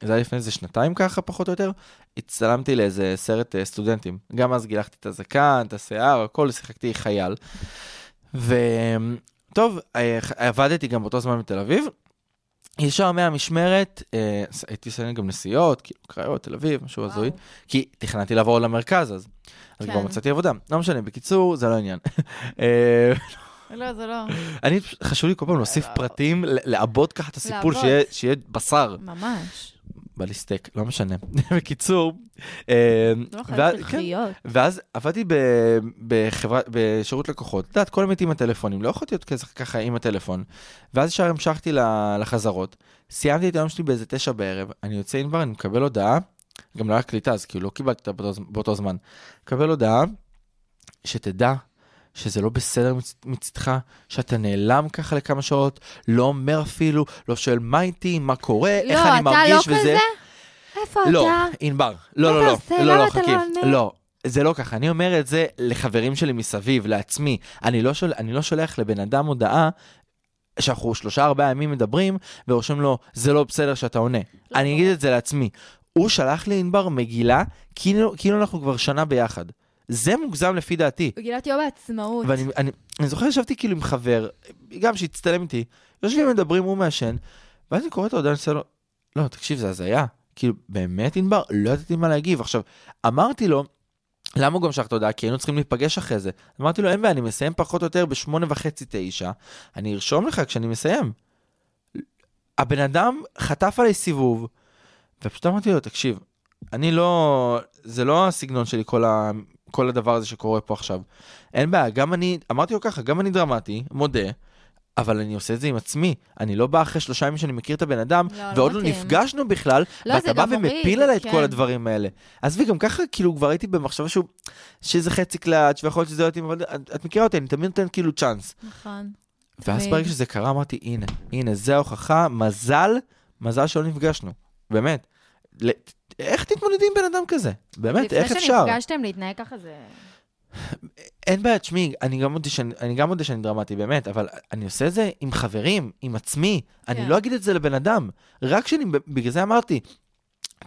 זה היה לפני איזה שנתיים ככה, פחות או יותר, הצטלמתי לאיזה סרט אה, סטודנטים. גם אז גילחתי את הזקן, את השיער, הכל, שיחקתי חייל. וטוב, עבדתי גם באותו זמן בתל אביב. ישר מהמשמרת, אה, ס- הייתי עושה גם נסיעות, כאילו קריות, תל אביב, משהו
וואו.
[laughs] הזוי, כי תכננתי לעבור למרכז אז. אז
כן.
כבר מצאתי עבודה. לא משנה, בקיצור, זה לא העניין. [laughs] אה,
לא, זה לא,
אני, פשוט- חשוב לי כל פעם להוסיף
לא.
פרטים, ל- לעבות ככה את הסיפור,
לעבות.
שיהיה- שיהיה בשר.
ממש.
בא לי סטייק, לא משנה. [laughs] בקיצור, אה,
זה לא
ואז-
חייב
כן.
לחיות.
ואז עבדתי ב- בחברה, בשירות לקוחות, את יודעת, כל מיני עם הטלפונים, לא יכולתי להיות כזה ככה עם הטלפון. ואז ישר המשכתי ל- לחזרות, סיימתי את היום שלי באיזה תשע בערב, אני יוצא עם בר, אני מקבל הודעה, גם לא היה קליטה, אז כאילו לא קיבלתי אותה באותו, ז- באותו זמן. מקבל הודעה, שתדע שזה לא בסדר מצ- מצדך, שאתה נעלם ככה לכמה שעות, לא אומר אפילו, לא שואל מה איתי, מה קורה,
לא,
איך אני
אתה
מרגיש
לא
וזה.
כזה? איפה אתה?
לא, ענבר. לא,
מה
לא,
אתה
לא.
עושה?
לא,
למה
לא,
אתה לא
חכי.
עונה?
לא. זה לא ככה, אני אומר את זה לחברים שלי מסביב, לעצמי. אני לא, שול, אני לא שולח לבן אדם הודעה שאנחנו שלושה ארבעה ימים מדברים, ורושם לו, זה לא בסדר שאתה עונה.
לא,
אני
לא.
אגיד את זה לעצמי. הוא שלח לי ענבר מגילה, כאילו, כאילו אנחנו כבר שנה ביחד. זה מוגזם לפי דעתי.
מגילת יום העצמאות.
ואני אני, אני זוכר ישבתי כאילו עם חבר, גם שהצטלם איתי, יושבים מדברים, הוא מעשן, ואז אני קורא את ההודעה, אני עושה לו, לא, תקשיב, זה הזיה. כאילו, באמת, ענבר? לא ידעתי מה להגיב. עכשיו, אמרתי לו, למה הוא גם שלח את ההודעה? כי היינו צריכים להיפגש אחרי זה. אמרתי לו, אין בעיה, אני מסיים פחות או יותר בשמונה וחצי, תשע, אני ארשום לך כשאני מסיים. הבן אדם חטף עלי סיבוב, ופשוט אמרתי לו, תקשיב, אני לא, זה לא הסגנון שלי, כל, ה, כל הדבר הזה שקורה פה עכשיו. אין בעיה, גם אני, אמרתי לו ככה, גם אני דרמטי, מודה, אבל אני עושה את זה עם עצמי. אני לא בא אחרי שלושה ימים שאני מכיר את הבן אדם,
לא, לא
ועוד לא
מתאים.
נפגשנו בכלל,
לא,
ואתה
זה
בא
גם מוריד,
ומפיל עליי את
כן.
כל הדברים האלה. עזבי, גם ככה, כאילו, כבר הייתי במחשבה שהוא, שזה חצי קלאץ', ויכול להיות שזה לא יתאים, אבל את, את מכירה אותי, אני תמיד נותן כאילו צ'אנס.
נכון.
ואז
תמיד.
ברגע שזה קרה, אמרתי, הנה, הנה, זה ההוכחה, מזל, מזל שלא נפגשנו, באמת. ל- איך תתמודדי עם בן אדם כזה? באמת, איך אפשר?
לפני שנפגשתם להתנהג ככה זה...
אין בעיה, תשמעי, אני גם מודה שאני- אני גם מודה שאני דרמטי, באמת, אבל אני עושה את זה עם חברים, עם עצמי. אני
כן.
לא אגיד את זה לבן אדם. רק כשאני, בגלל זה אמרתי,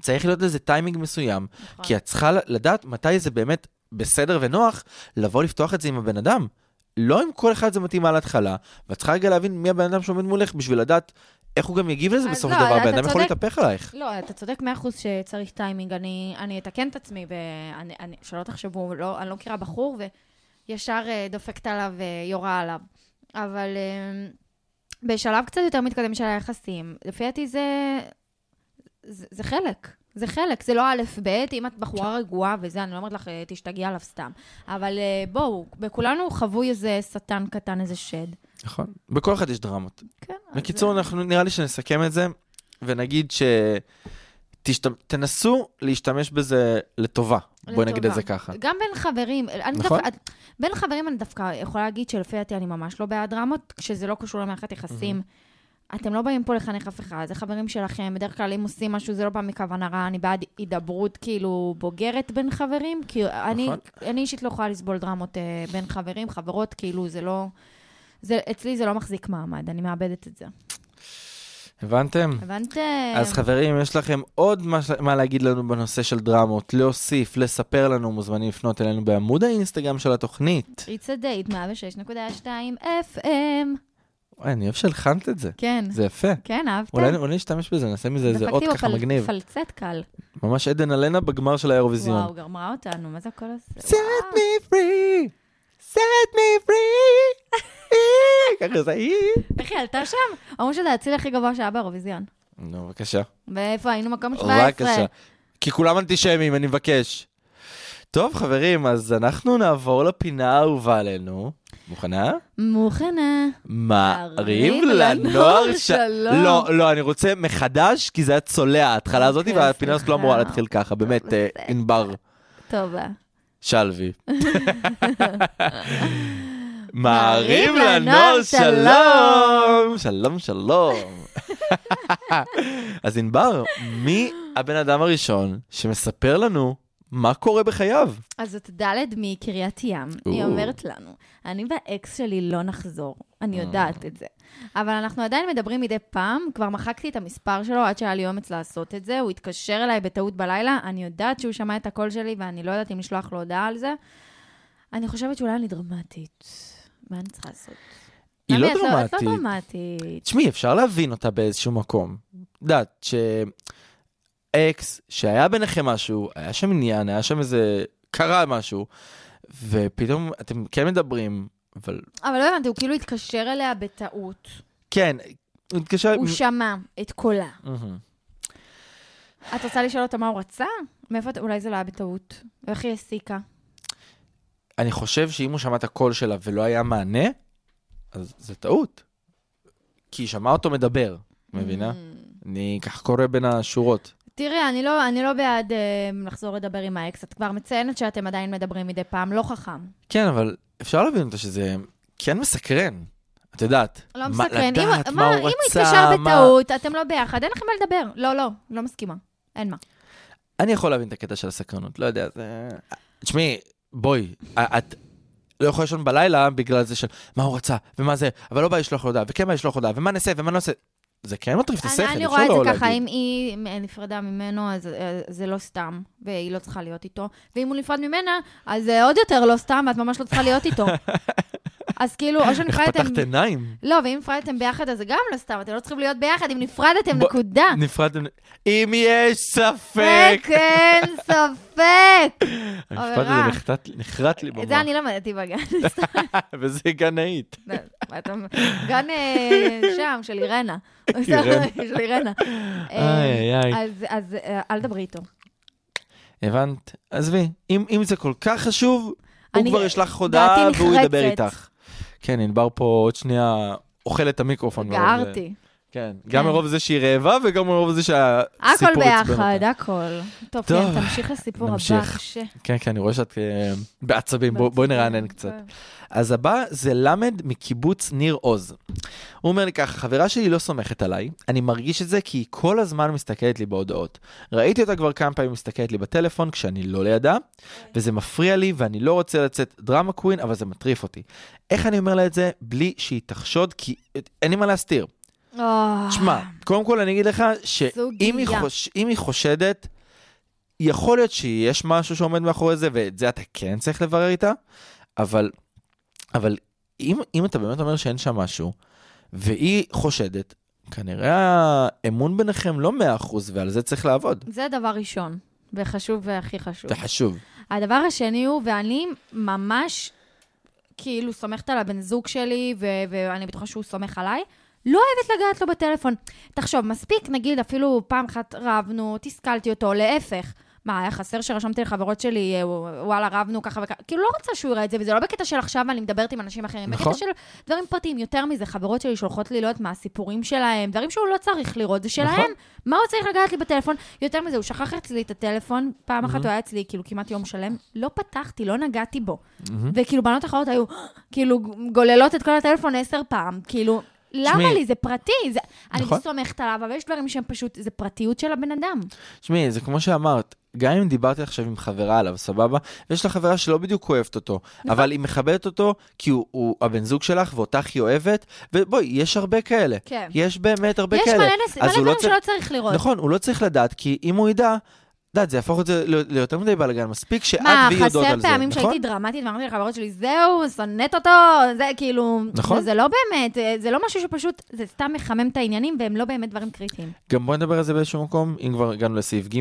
צריך להיות לזה טיימינג מסוים,
נכון.
כי את צריכה לדעת מתי זה באמת בסדר ונוח לבוא לפתוח את זה עם הבן אדם. לא עם כל אחד זה מתאים על ההתחלה, ואת צריכה רגע להבין מי הבן אדם שעומד מולך בשביל לדעת איך הוא גם יגיב לזה
אז
בסופו
לא,
של דבר,
אתה
בן אדם יכול
צודק.
להתהפך עלייך.
לא, אתה צודק מאה אחוז שצריך טיימינג. אני, אני אתקן את עצמי, ואני, אני, שלא תחשבו, לא, אני לא מכירה בחור, וישר אה, דופקת עליו ויורה עליו. אבל אה, בשלב קצת יותר מתקדם של היחסים, לפי דעתי זה, זה, זה חלק. זה חלק, זה לא א'-ב', אם את בחורה רגועה וזה, אני לא אומרת לך, אה, תשתגעי עליו סתם. אבל אה, בואו, בכולנו חבוי איזה שטן קטן, איזה שד.
נכון. בכל אחד יש דרמות.
כן. אז-
בקיצור, אנחנו נראה לי שנסכם את זה, ונגיד ש... תשת... תנסו להשתמש בזה לטובה, בואי
לטובה.
נגיד את זה ככה.
גם בין חברים, אני
נכון.
נכון? דווקא, את- בין חברים אני דווקא יכולה להגיד שלפי דעתי אני ממש לא בעד דרמות, כשזה לא קשור למערכת יחסים. אתם לא באים פה לחנך אף אחד, זה חברים שלכם, בדרך כלל אם עושים משהו זה לא בא מכוונה רעה, אני בעד הידברות כאילו בוגרת בין חברים, כי אני,
נכון.
אני אישית לא יכולה לסבול דרמות אה, בין חברים, חברות, כאילו זה לא... זה, אצלי זה לא מחזיק מעמד, אני מאבדת את זה.
הבנתם?
הבנתם?
אז חברים, יש לכם עוד מה, ש- מה להגיד לנו בנושא של דרמות, להוסיף, לספר לנו, מוזמנים לפנות אלינו בעמוד האינסטגרם של התוכנית.
It's a date, 106.2 FM.
וואי, אני אוהב שהלחנת את זה,
כן,
זה יפה.
כן, אהבתם?
אולי אולי נשתמש בזה, נעשה מזה איזה אות ככה מגניב.
פלצט קל.
ממש עדן אלנה בגמר של האירוויזיון.
וואו, גמרה אותנו, מה זה הכל הזה?
set me free, set me
[laughs]
free. אה, ככה זה אי.
איך היא עלתה שם? אמרו שזה הציל הכי גבוה שהיה באירוויזיון.
נו, בבקשה.
ואיפה היינו? מקום 17.
בבקשה. כי כולם אנטישמים, אני מבקש. טוב, חברים, אז אנחנו נעבור לפינה האהובה עלינו. מוכנה?
מוכנה.
מעריב לנוער ש...
שלום.
לא, לא, אני רוצה מחדש, כי זה היה צולע ההתחלה הזאת,
אוקיי,
והפינה הזאת לא
סליחה.
אמורה להתחיל ככה, באמת, אה,
בסדר.
ענבר
טוב. אה.
[laughs] שלוי. מעריב לנוער שלום! שלום, שלום. [laughs] אז ענבר, מי הבן אדם הראשון שמספר לנו מה קורה בחייו?
אז זאת ד' מקריית ים.
או.
היא אומרת לנו, אני והאקס שלי לא נחזור.
אה.
אני יודעת את זה. אבל אנחנו עדיין מדברים מדי פעם, כבר מחקתי את המספר שלו עד שהיה לי אומץ לעשות את זה, הוא התקשר אליי בטעות בלילה, אני יודעת שהוא שמע את הקול שלי ואני לא יודעת אם לשלוח לו הודעה על זה. אני חושבת שאולי אני דרמטית. מה אני צריכה לעשות?
היא לא
למה את את לא
דרמטית.
דרמטית.
תשמעי, אפשר להבין אותה באיזשהו מקום. את יודעת, שאקס, שהיה ביניכם משהו, היה שם עניין, היה שם איזה... קרה משהו, ופתאום אתם כן מדברים, אבל...
אבל לא הבנתי, הוא כאילו התקשר אליה בטעות.
כן, הוא התקשר...
הוא שמע את קולה.
מהמם.
את רוצה לשאול אותו מה הוא רצה? מאיפה אתה... אולי זה לא היה בטעות. איך היא הסיקה?
אני חושב שאם הוא שמע את הקול שלה ולא היה מענה, אז זה טעות. כי היא שמעה אותו מדבר, מבינה? אני ככה קורא בין השורות.
Mm. תראי, אני לא, אני לא בעד אה, לחזור לדבר עם האקס. את כבר מציינת שאתם עדיין מדברים מדי פעם, לא חכם.
כן, אבל אפשר להבין אותה שזה כן מסקרן. את יודעת.
לא
מה-
מסקרן. אם-
לדעת מה הוא
אם הוא
רצה,
התקשר
מה-
בטעות, אתם לא ביחד, אין לכם מה לדבר. לא, לא, לא מסכימה. אין מה.
אני יכול להבין את הקטע של הסקרנות, לא יודע, זה... תשמעי, בואי, את לא יכולה לישון בלילה בגלל זה של מה הוא רצה, ומה זה, אבל לא בא לשלוח לו הודעה, וכן בא לשלוח הודעה, ומה נעשה, ומה נעשה. זה כן מטריף את השכל,
אני, אני
אפשר
רואה את זה
לא
ככה,
להגיד.
אם היא נפרדה ממנו, אז אה, זה לא סתם, והיא לא צריכה להיות איתו. ואם הוא נפרד ממנה, אז אה, עוד יותר לא סתם, ואת ממש לא צריכה להיות
[laughs]
איתו. אז כאילו, או
איך
שנפרדתם...
פתחת עיניים?
לא, ואם נפרדתם ביחד, אז זה גם לא סתם, אתם לא צריכים להיות ביחד, אם נפרדתם,
בוא-
נקודה.
נפרדתם... אם יש ספק!
כן,
[laughs]
ספק.
המשפט הזה
אווירה.
נחרט- נחרט לי
אה. זה
במה,
אני למדתי
[laughs]
בגן. לא,
וזה גנאית.
מה אתה אומר? גן אה, שם, של אירנה.
[laughs]
[laughs]
אירנה.
של אירנה.
[laughs] איי,
אה,
איי.
אז- אז אה, אל דברי איתו.
הבנת? עזבי, אם אם זה כל כך חשוב, הוא
אני-
כבר ישלח הודעה
דעתי
והוא ידבר
נחרצת.
איתך. כן, ענבר פה עוד שנייה אוכלת את המיקרופון. מרוב זה.
גערתי.
כן, גם מרוב זה שהיא רעבה וגם מרוב זה שהסיפור אה, עצבן
הכל
אותה.
ביחד, הכל. טוב,
טוב,
כן, תמשיך לסיפור הבא.
נמשיך.
קשה.
כן, כן, אני רואה שאת אה, בעצבים, בוא- בואי נרענן
כן.
קצת. אז הבא זה למד מקיבוץ ניר עוז. הוא אומר לי ככה, חברה שלי לא סומכת עליי, אני מרגיש את זה כי היא כל הזמן מסתכלת לי בהודעות. ראיתי אותה כבר כמה פעמים מסתכלת לי בטלפון כשאני לא לידה, וזה מפריע לי ואני לא רוצה לצאת דרמה קווין, אבל זה מטריף אותי. איך אני אומר לה את זה בלי שהיא תחשוד, כי אין לי מה להסתיר.
אה,
תשמע, קודם כל אני אגיד לך, שאם היא,
סוגיה.
חוש... אם היא חושדת, יכול להיות שיש משהו שעומד מאחורי זה, ואת זה אתה כן צריך לברר איתה, אבל, אבל אם, אם אתה באמת אומר שאין שם משהו, והיא חושדת, כנראה האמון ביניכם לא 100%, ועל זה צריך לעבוד.
זה דבר ראשון, וחשוב והכי חשוב.
זה חשוב.
הדבר השני הוא, ואני ממש כאילו סומכת על הבן זוג שלי, ו- ואני בטוחה שהוא סומך עליי, לא אוהבת לגעת לו בטלפון. תחשוב, מספיק, נגיד, אפילו פעם אחת רבנו, תסכלתי אותו, להפך. מה, היה חסר שרשמתי לחברות שלי, אה, וואלה, רבנו ככה וככה, כאילו, לא רוצה שהוא יראה את זה, וזה לא בקטע של עכשיו אני מדברת עם אנשים אחרים,
נכון.
בקטע של דברים פרטיים. יותר מזה, חברות שלי שולחות לי, לא יודעת מה, הסיפורים שלהם, דברים שהוא לא צריך לראות, זה שלהם.
נכון.
מה הוא צריך לגעת לי בטלפון? יותר מזה, הוא שכח אצלי את הטלפון, פעם אחת הוא היה אצלי כאילו כמעט יום שלם, לא פתחתי, לא נגעתי בו. וכאילו בנות אחרות היו [gasps] כאילו גוללות את כל הטלפון עשר פעם, כאילו, למה
שמעי.
לי? זה פרטי, זה- אני
נכון.
סומכת עליו, אבל יש דברים שהם פשוט, זה פרטיות של הבן אדם.
תשמעי, זה כמו שאמרת, גם אם דיברתי עכשיו עם חברה עליו, סבבה? ויש לך חברה שלא בדיוק אוהבת אותו,
נכון.
אבל היא מכבדת אותו כי הוא, הוא הבן זוג שלך ואותך היא אוהבת, ובואי, יש הרבה כאלה.
כן.
יש באמת הרבה
יש
כאלה.
מלא נס-
אז
מלא
הוא לא
דברים
צריך-
שלא צריך לראות.
נכון, הוא לא צריך לדעת, כי אם הוא ידע, את יודעת, זה יהפוך את זה ל- ליותר מדי בלאגן, מספיק שאת
מה,
והיא יודעות
חסר
על זה,
פעמים
נכון?
שהייתי דרמטית ואמרתי לחברות שלי, זהו, שונאת אותו, זה כאילו...
נכון.
זה לא באמת, אה, זה לא משהו שפשוט, זה סתם מחמם את העניינים, והם לא באמת דברים קריטיים.
גם בוא נדבר על זה באיזשהו מקום, אם כבר הגענו לסעיף ג',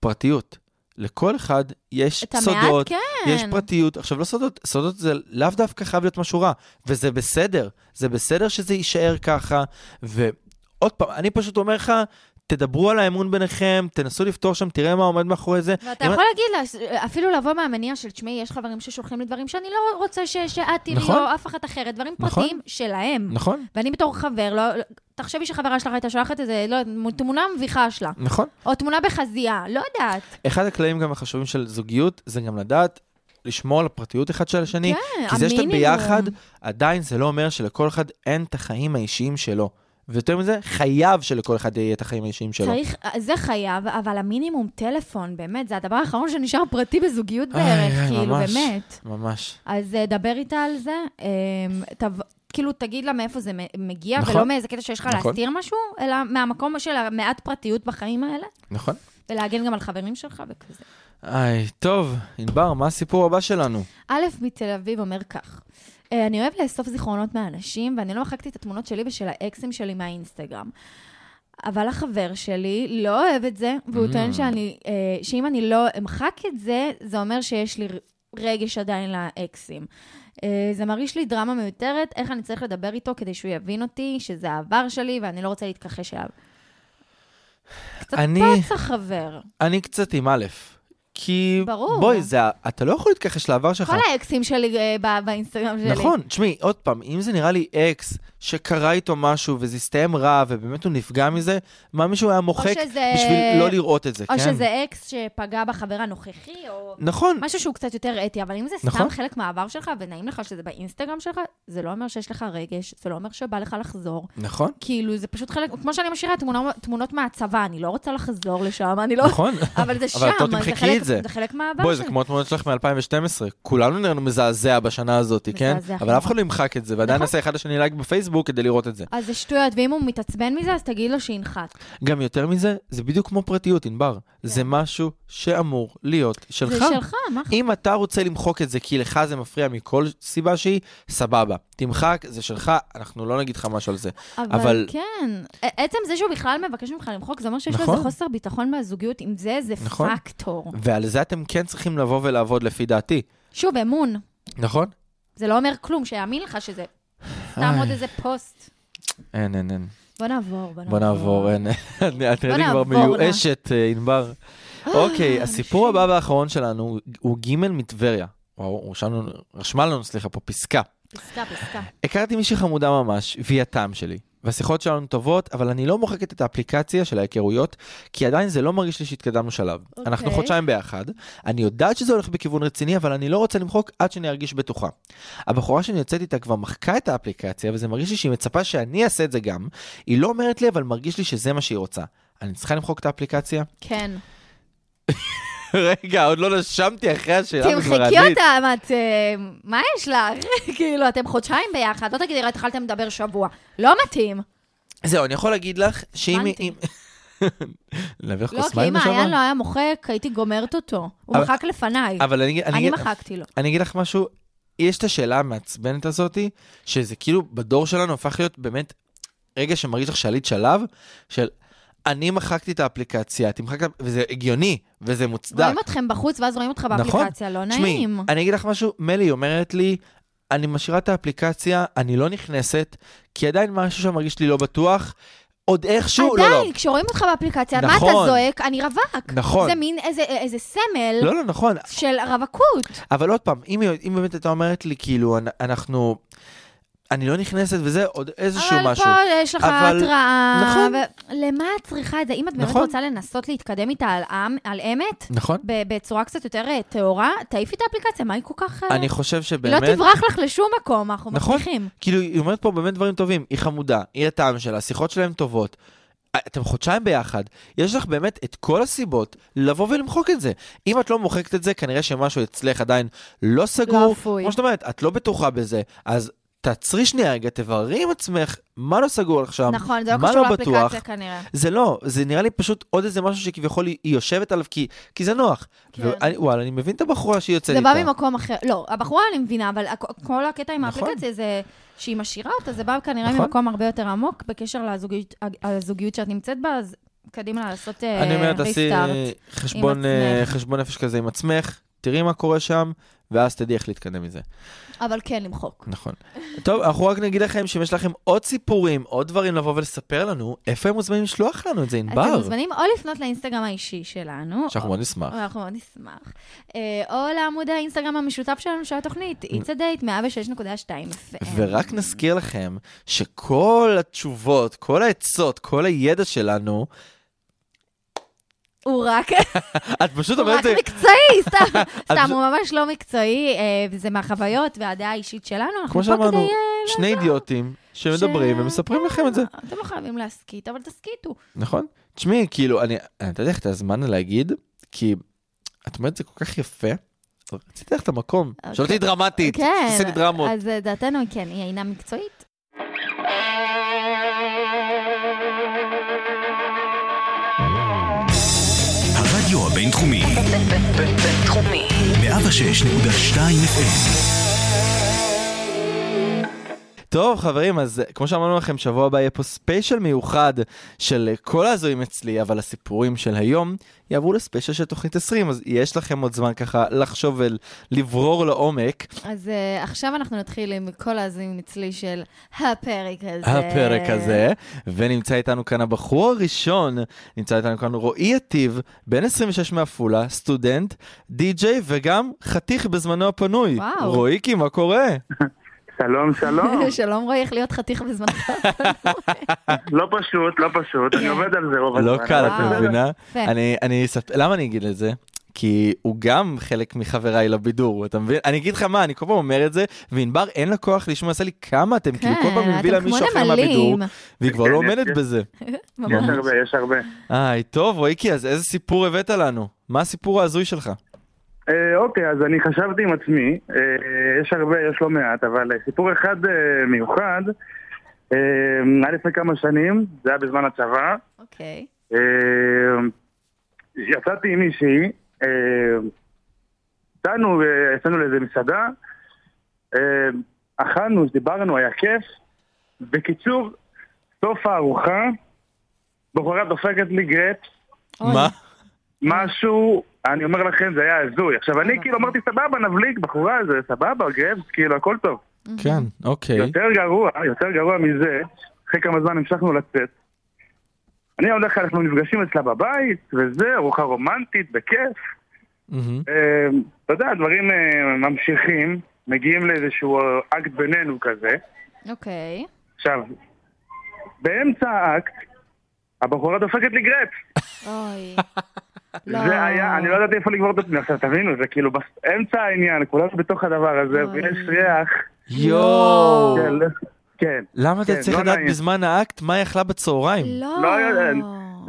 פרטיות. לכל אחד יש
את המעט,
סודות,
כן.
יש פרטיות. עכשיו, לא סודות, סודות זה לאו דווקא חייב להיות משהו רע, וזה בסדר. זה בסדר שזה יישאר ככה, ועוד פעם, אני פשוט אומר לך, תדברו על האמון ביניכם, תנסו לפתור שם, תראה מה עומד מאחורי זה.
ואתה
אם-
יכול להגיד לה, אפילו לבוא מהמניע של, תשמעי, יש חברים ששולחים לי דברים שאני לא רוצה ש- שאת תראי
נכון.
או אף אחת אחרת, דברים
נכון.
פרטיים שלהם.
נכון,
ואני בתור חבר, לא... לא- תחשבי שחברה שלך הייתה שולחת איזה, לא יודעת, תמונה מביכה שלה,
נכון.
או תמונה בחזייה, לא יודעת.
אחד הכללים גם החשובים של זוגיות, זה גם לדעת לשמור על הפרטיות אחד של השני.
כן,
כי זה שאתם
המינימום.
ביחד, עדיין זה לא אומר שלכל אחד אין את החיים האישיים שלו. ויותר מזה, חייב שלכל אחד יהיה את החיים האישיים שלו.
צריך, זה חייב, אבל המינימום טלפון, באמת, זה הדבר האחרון שנשאר פרטי בזוגיות
איי,
בערך,
איי,
כאילו,
ממש.
באמת.
ממש.
אז אה, דבר איתה על זה. אה, תב- כאילו, תגיד לה מאיפה זה מ- מגיע,
נכון.
ולא מאיזה קטע שיש לך
נכון.
להסתיר משהו, אלא מהמקום של המעט פרטיות בחיים האלה,
נכון.
ולהגן גם על חברים שלך וכזה.
היי, טוב, ענבר, מה הסיפור הבא שלנו?
א' מתל אביב אומר כך, "אה, אני אוהב לאסוף זיכרונות מאנשים, ואני לא מחקתי את התמונות שלי ושל האקסים שלי מהאינסטגרם. אבל החבר שלי לא אוהב את זה, והוא
Mm.
טוען שאני, אה, שאם אני לא אמחק את זה, זה אומר שיש לי ר- רגש עדיין לאקסים. אה, זה מרגיש לי דרמה מיותרת, איך אני צריך לדבר איתו כדי שהוא יבין אותי, שזה העבר שלי ואני לא רוצה להתכחש אליו. קצת
אני-
פוץ החבר.
אני קצת עם א', כי...
ברור.
בואי, זה, ה- אתה לא יכול להתכחש לעבר שלך.
כל האקסים שלי אה, ב- באינסטגרם שלי.
נכון, תשמעי, עוד פעם, אם זה נראה לי אקס שקרה איתו משהו וזה הסתיים רע ובאמת הוא נפגע מזה, מה מישהו היה מוחק
שזה-
בשביל לא לראות את זה,
או
כן?
שזה אקס שפגע בחבר הנוכחי, או
נכון,
משהו שהוא קצת יותר אתי, אבל אם זה
נכון.
סתם חלק מהעבר שלך ונעים לך שזה באינסטגרם שלך, זה לא אומר שיש לך רגש, זה לא אומר שבא לך לחזור.
נכון,
[laughs] כאילו, זה פשוט חלק, כמו שאני משאירה תמונה- תמונות מהצבא, אני לא רוצה לחזור לשם, אני לא...
נכון.
אבל זה שם,
[laughs] אבל את לא
זה
תמחקי
חלק-
את זה.
זה חלק מהעבר
[laughs] בואי, זה
שלי.
כמו התמונות שלך מ-2012, כולנו נראינו מזעזע בשנה הזאת, כן?
מזעזע,
אבל אף אחד לא ימחק את זה, ועדיין
נכון.
נעשה אחד לשני לייק בפייסבוק כדי לראות את זה.
אז זה שטויות, ואם הוא מתעצבן מזה, אז תגיד לו שינחת.
גם יותר מזה, זה בדיוק כמו פרטיות, ענבר. זה משהו שאמור להיות שלך.
כן. זה שלך, מה אכפת?
אם אתה רוצה למחוק את זה כי לך זה מפריע מכל סיבה שהיא, סבבה. תמחק, זה שלך, אנחנו לא נגיד לך משהו על זה. אבל-
אבל כן, ע- עצם זה שהוא בכלל מבקש ממך למחוק, זה אומר שיש לו
נכון.
איזה חוסר ביטחון מהזוגיות, עם זה זה
נכון.
פקטור.
ועל זה אתם כן צריכים לבוא ולעבוד לפי דעתי,
שוב, אמון.
נכון?
זה לא אומר כלום, שיאמין לך שזה סתם
איי.
עוד איזה פוסט.
אין, אין, אין.
בוא נעבור, בוא נעבור.
בוא נעבור, אה. אין. את נראית לי כבר
לא. נעבור, אה, נע.
מיואשת, אה, ענבר. אוקיי, הסיפור הבא והאחרון שלנו הוא- הוא ג' מטבריה. וואו, הוא שם לנו- רשמה לנו, סליחה, פה פסקה.
פסקה, פסקה.
הכרתי מישהי חמודה ממש, והיא הטעם שלי. והשיחות שלנו טובות, אבל אני לא מוחקת את האפליקציה של ההיכרויות, כי עדיין זה לא מרגיש לי שהתקדמנו שלב. Okay.
אוקיי.
אנחנו חודשיים ביחד, אני יודעת שזה הולך בכיוון רציני, אבל אני לא רוצה למחוק עד שאני ארגיש בטוחה. הבחורה שאני יוצאת איתה כבר מחקה את האפליקציה, וזה מרגיש לי שהיא מצפה שאני אעשה את זה גם. היא לא אומרת לי, אבל מרגיש לי שזה מה שהיא רוצה. אני צריכה למחוק את האפליקציה?
כן.
[laughs] רגע, עוד לא נשמתי אחרי השאלה
תמחקי אותה, מה את... אה, מה יש לך? [laughs] כאילו, אתם חודשיים ביחד, לא תגידי, "רק התחלתם לדבר שבוע. לא מתאים.
זהו, אני יכול להגיד לך שאם...
הבנתי.
אם- [laughs] להביא לך
לא,
כוס
כי
מים
אם
לשעבר?
מעיין לא היה מוחק, הייתי גומרת אותו. הוא
אבל-
מחק לפניי.
אבל אני אגיד-
אני
אגיד-
מחקתי לו.
אני אגיד לך משהו, יש את השאלה המעצבנת הזאתי, שזה כאילו בדור שלנו הפך להיות באמת רגע שמרגיש לך שעלית שלב, של אני מחקתי את האפליקציה, תמחק, את ה- וזה הגיוני, וזה מוצדק.
רואים אתכם בחוץ, ואז רואים אותך
נכון.
באפליקציה, לא
תשמעי,
נעים.
אני אגיד לך משהו, מלי אומרת לי, אני משאירה את האפליקציה, אני לא נכנסת, כי עדיין משהו שם מרגיש לי לא בטוח, עוד איכשהו, לא, לא.
עדיין, כשרואים אותך באפליקציה, מה אתה
נכון.
זועק? אני רווק.
נכון.
זה מין איזה- איזה סמל
לא, לא, נכון,
של רווקות.
אבל עוד פעם, אם, אם באמת הייתה אומרת לי, כאילו, אנ- אנחנו... אני לא נכנסת וזה עוד איזשהו
אבל
משהו.
אבל פה יש לך
אבל-
התראה.
נכון.
ו... למה את צריכה את זה? אם את באמת
נכון.
רוצה לנסות להתקדם איתה על, עם, על אמת,
נכון.
ב- בצורה קצת יותר אה, טהורה, תעיפי את האפליקציה, מה היא כל כך... אה,
אני חושב
היא לא
שבאמת,
תברח לך לשום מקום, אנחנו
נכון.
מבטיחים.
כאילו, היא אומרת פה באמת דברים טובים. היא חמודה, היא הטעם שלה, השיחות שלהם טובות. אה, אתם חודשיים ביחד, יש לך באמת את כל הסיבות לבוא ולמחוק את זה. אם את לא מוחקת את זה, כנראה שמשהו אצלך עדיין לא סגור.
לא אפוי.
כמו שאת אומרת, את לא בטוחה בזה, אז תעצרי שנייה רגע, תבררי עם עצמך מה לא סגור לך שם,
נכון, זה לא
מה
קשור
לא בטוח.
לאפליקציה כנראה.
זה לא, זה נראה לי פשוט עוד איזה משהו שכביכול היא היא יושבת עליו כי, כי זה נוח.
כן.
ואני, וואלה, אני מבין את הבחורה שהיא יוצאת
זה
איתה.
בא ממקום אחר, לא, הבחורה אני מבינה, אבל הכ- כל הקטע עם
נכון.
האפליקציה זה שהיא משאירה אותה, זה בא כנראה
נכון.
ממקום הרבה יותר עמוק בקשר לזוגיות- הזוגיות שאת נמצאת בה, אז קדימה לעשות אה,
אני אומר, תעשי
ריסטארט.
חשבון,
עם עצמך.
אה, חשבון נפש כזה עם עצמך, תראי מה קורה שם, ואז תדעי איך להתקדם מזה.
אבל כן, למחוק.
נכון. טוב, אנחנו רק נגיד לכם שאם יש לכם עוד סיפורים, עוד דברים לבוא ולספר לנו, איפה הם מוזמנים לשלוח לנו את זה,
אתם
ענבר?
מוזמנים או לפנות לאינסטגרם האישי שלנו.
שאנחנו מאוד נשמח.
או- אנחנו מאוד נשמח. אה, או לעמוד האינסטגרם המשותף שלנו של התוכנית, It's a date 106.2 FM.
ורק נזכיר לכם שכל התשובות, כל העצות, כל הידע שלנו,
הוא
[laughs]
רק
את פשוט
הוא
אומרת את
רק
זה, [laughs]
מקצועי, סתם. סתם,
פשוט-
הוא ממש לא מקצועי, אה, וזה מהחוויות והדעה האישית שלנו.
כמו
אנחנו פה כדי...
שאמרנו,
אה,
שני אידיוטים שמדברים
ש-
ומספרים
כן,
לכם את זה.
אתם לא חייבים להסכית, אבל תסכיתו.
נכון? תשמעי, כאילו, אני, אני נתתי לך את הזמן להגיד, כי את אומרת זה כל כך יפה, רציתי לך את המקום.
אוקיי.
שאלתי דרמטית,
כן.
עשיתי דרמות.
אז אה, דעתנו, כן, היא אינה מקצועית,
הרדיו הבינתחומי,
בינתחומי.
106.2 FM,
טוב חברים, אז אה, כמו שאמרנו לכם, שבוע הבא יהיה פה ספיישל מיוחד של אה, כל ההזויים אצלי, אבל הסיפורים של היום יעברו לספיישל של תוכנית 20, אז יש לכם עוד זמן ככה לחשוב ולברור לעומק.
אז אה, עכשיו אנחנו נתחיל עם כל האזים אצלי של הפרק הזה.
הפרק הזה, ונמצא איתנו כאן הבחור הראשון, נמצא איתנו כאן רועי יטיב, בן 26 מעפולה, סטודנט, די-ג'יי וגם חתיך בזמנו הפנוי.
וואו.
רועיקי, מה קורה?
שלום,
[laughs]
שלום.
שלום רועי, איך להיות חתיך
[laughs]
בזמנך.
לא פשוט, לא פשוט, אני
כן.
עובד על זה רוב הזמן.
לא קל,
וואו.
את מבינה?
יפה.
אני, אני, אספ- למה אני אגיד את זה? כי הוא גם חלק מחבריי לבידור, אתה מבין? אני אגיד לך מה, אני כל פעם אומר את זה, וענבר אין לה כוח לשמוע, עשה לי כמה אתם, כאילו כל פעם מביא לה
כן, אתם כמו
מישהו אחר מהבידור,
נמלים.
והיא כבר לא
כן,
עומדת
כן.
בזה.
יש
ממש.
הרבה, יש הרבה.
היי, טוב, רויקי, אז איזה סיפור הבאת לנו? מה הסיפור ההזוי שלך?
אה, אוקיי, אז אני חשבתי עם עצמי, אה, יש הרבה, יש לא מעט, אבל אה, סיפור אחד אה, מיוחד, אה, היה לפני כמה שנים, זה היה בזמן הצבא,
אוקיי.
אה, יצאתי עם מישהי, אה, יצאנו, אה, יצאנו לאיזה מסעדה, אה, אכלנו, דיברנו, היה כיף. בקיצור, סוף הארוחה, בחורה דופקת לי גרפס,
אוי,
מה?
משהו, אני אומר לכם, זה היה הזוי. עכשיו, אני
אוי.
כאילו אמרתי, סבבה, נבליק, בחורה, זה סבבה, גרפס, כאילו, הכל טוב.
כן, אוקיי.
יותר גרוע, יותר גרוע מזה, אחרי כמה זמן המשכנו לצאת. אני הולך, אנחנו נפגשים אצלה בבית, וזה, ארוחה רומנטית, בכיף.
מהמם.
אה, אתה יודע, הדברים אה, ממשיכים, מגיעים לאיזשהו אה, אקט בינינו כזה.
אוקיי.
עכשיו, באמצע האקט, הבחורה דופקת לי גרפ.
אוי.
[laughs] זה היה, אני לא ידעתי איפה לגמור את עצמי. עכשיו, תבינו, זה כאילו באמצע העניין, כולנו בתוך הדבר הזה,
אוי.
ויש ריח
יואו.
של... כן.
למה אתה
כן,
צריך
לא
לדעת
נעים.
בזמן האקט מה היא אכלה בצהריים?
לא.
לא יודע,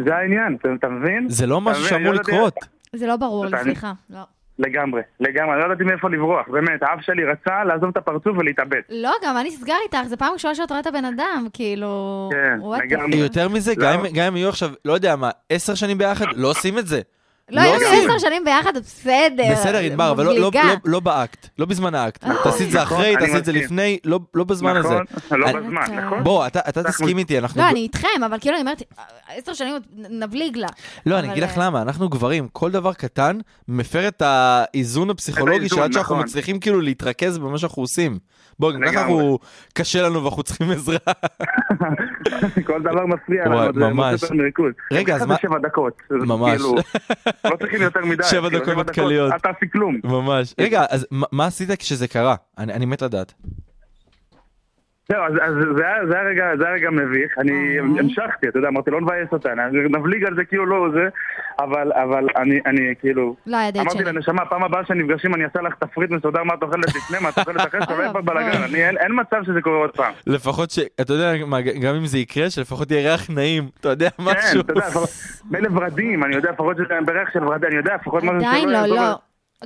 זה העניין, אתה- אתה מבין?
זה לא משהו
אני
שאמור
לא יודע.
לקרות.
זה לא ברור לי,
אני-
סליחה. לא.
לגמרי, לגמרי, לא ידעתי מאיפה לברוח, באמת, האף שלי רצה לעזוב את הפרצוף ולהתאבד.
לא, גם מה נסגר איתך? זו פעם ראשונה שאת רואה את הבן אדם, כאילו...
כן,
what the-
לגמרי.
יותר מזה,
לא.
גם אם- גם אם יהיו עכשיו, לא יודע מה, עשר שנים ביחד, לא עושים את זה.
לא, אם
עושים.
הם עשר שנים ביחד, אז בסדר.
בסדר, ענבר, אבל לא- לא-
מבליגה.
לא- לא באקט, לא בזמן
אה.
האקט. תעשי את זה
נכון,
אחרי,
אני
תעשי את זה
מסכים.
לפני, לא- לא בזמן הזה.
נכון, לא
אני-
בזמן, נכון?
בוא, אתה אתה תסכים איתי, אנחנו...
לא, אני איתכם, אבל כאילו, אני אומרת, עשר שנים עוד נבליג לה.
לא,
אבל,
אני אגיד לך
אה,
למה, אנחנו גברים, כל דבר קטן מפר את האיזון הפסיכולוגי
האיזון,
שעד שאנחנו
נכון.
מצליחים כאילו להתרכז במה שאנחנו עושים. בוא, גם ככה
לגמרי.
אנחנו, קשה לנו ואנחנו צריכים עזרה.
[laughs] כל דבר מפריע
וואי,
לנו, זה
ממש.
מוצא אותנו ריכוז.
רגע, אז מה-
זה שבע דקות. זה
ממש.
כאילו, לא צריכים יותר מדי.
[laughs] שבע
כאילו,
דקות מתכליות.
אל תעשי כלום.
[laughs] ממש. רגע, אז מה- מה עשית כשזה קרה? אני אני מת לדעת.
זהו, אז אז זה היה- זה היה רגע- זה היה רגע מביך. אני
אהה.
המשכתי, אתה יודע, אמרתי, לא נבייס אותה, נבליג על זה כאילו לא זה, אבל אבל אני- אני כאילו...
לא היה דייט
אמרתי
שני.
לה, נשמה, פעם הבאה שנפגשים אני אעשה לך תפריט מסודר מה את אוכלת לפני, מה את
[laughs]
אוכלת אחרי, שלא יהיה
אוי
פה
ואבוי.
בלאגן. אני- אין- אין מצב שזה קורה עוד פעם.
לפחות ש... אתה יודע מה, גם אם זה יקרה, שלפחות יהיה ריח נעים. אתה יודע,
כן,
משהו.
[laughs]
אתה יודע, לפחות- מילא ורדים, אני יודע, לפחות שזה בריח של ורדים, אני יודע, לפחות משהו
עדיין לא,
יעזור
לא.
לזה.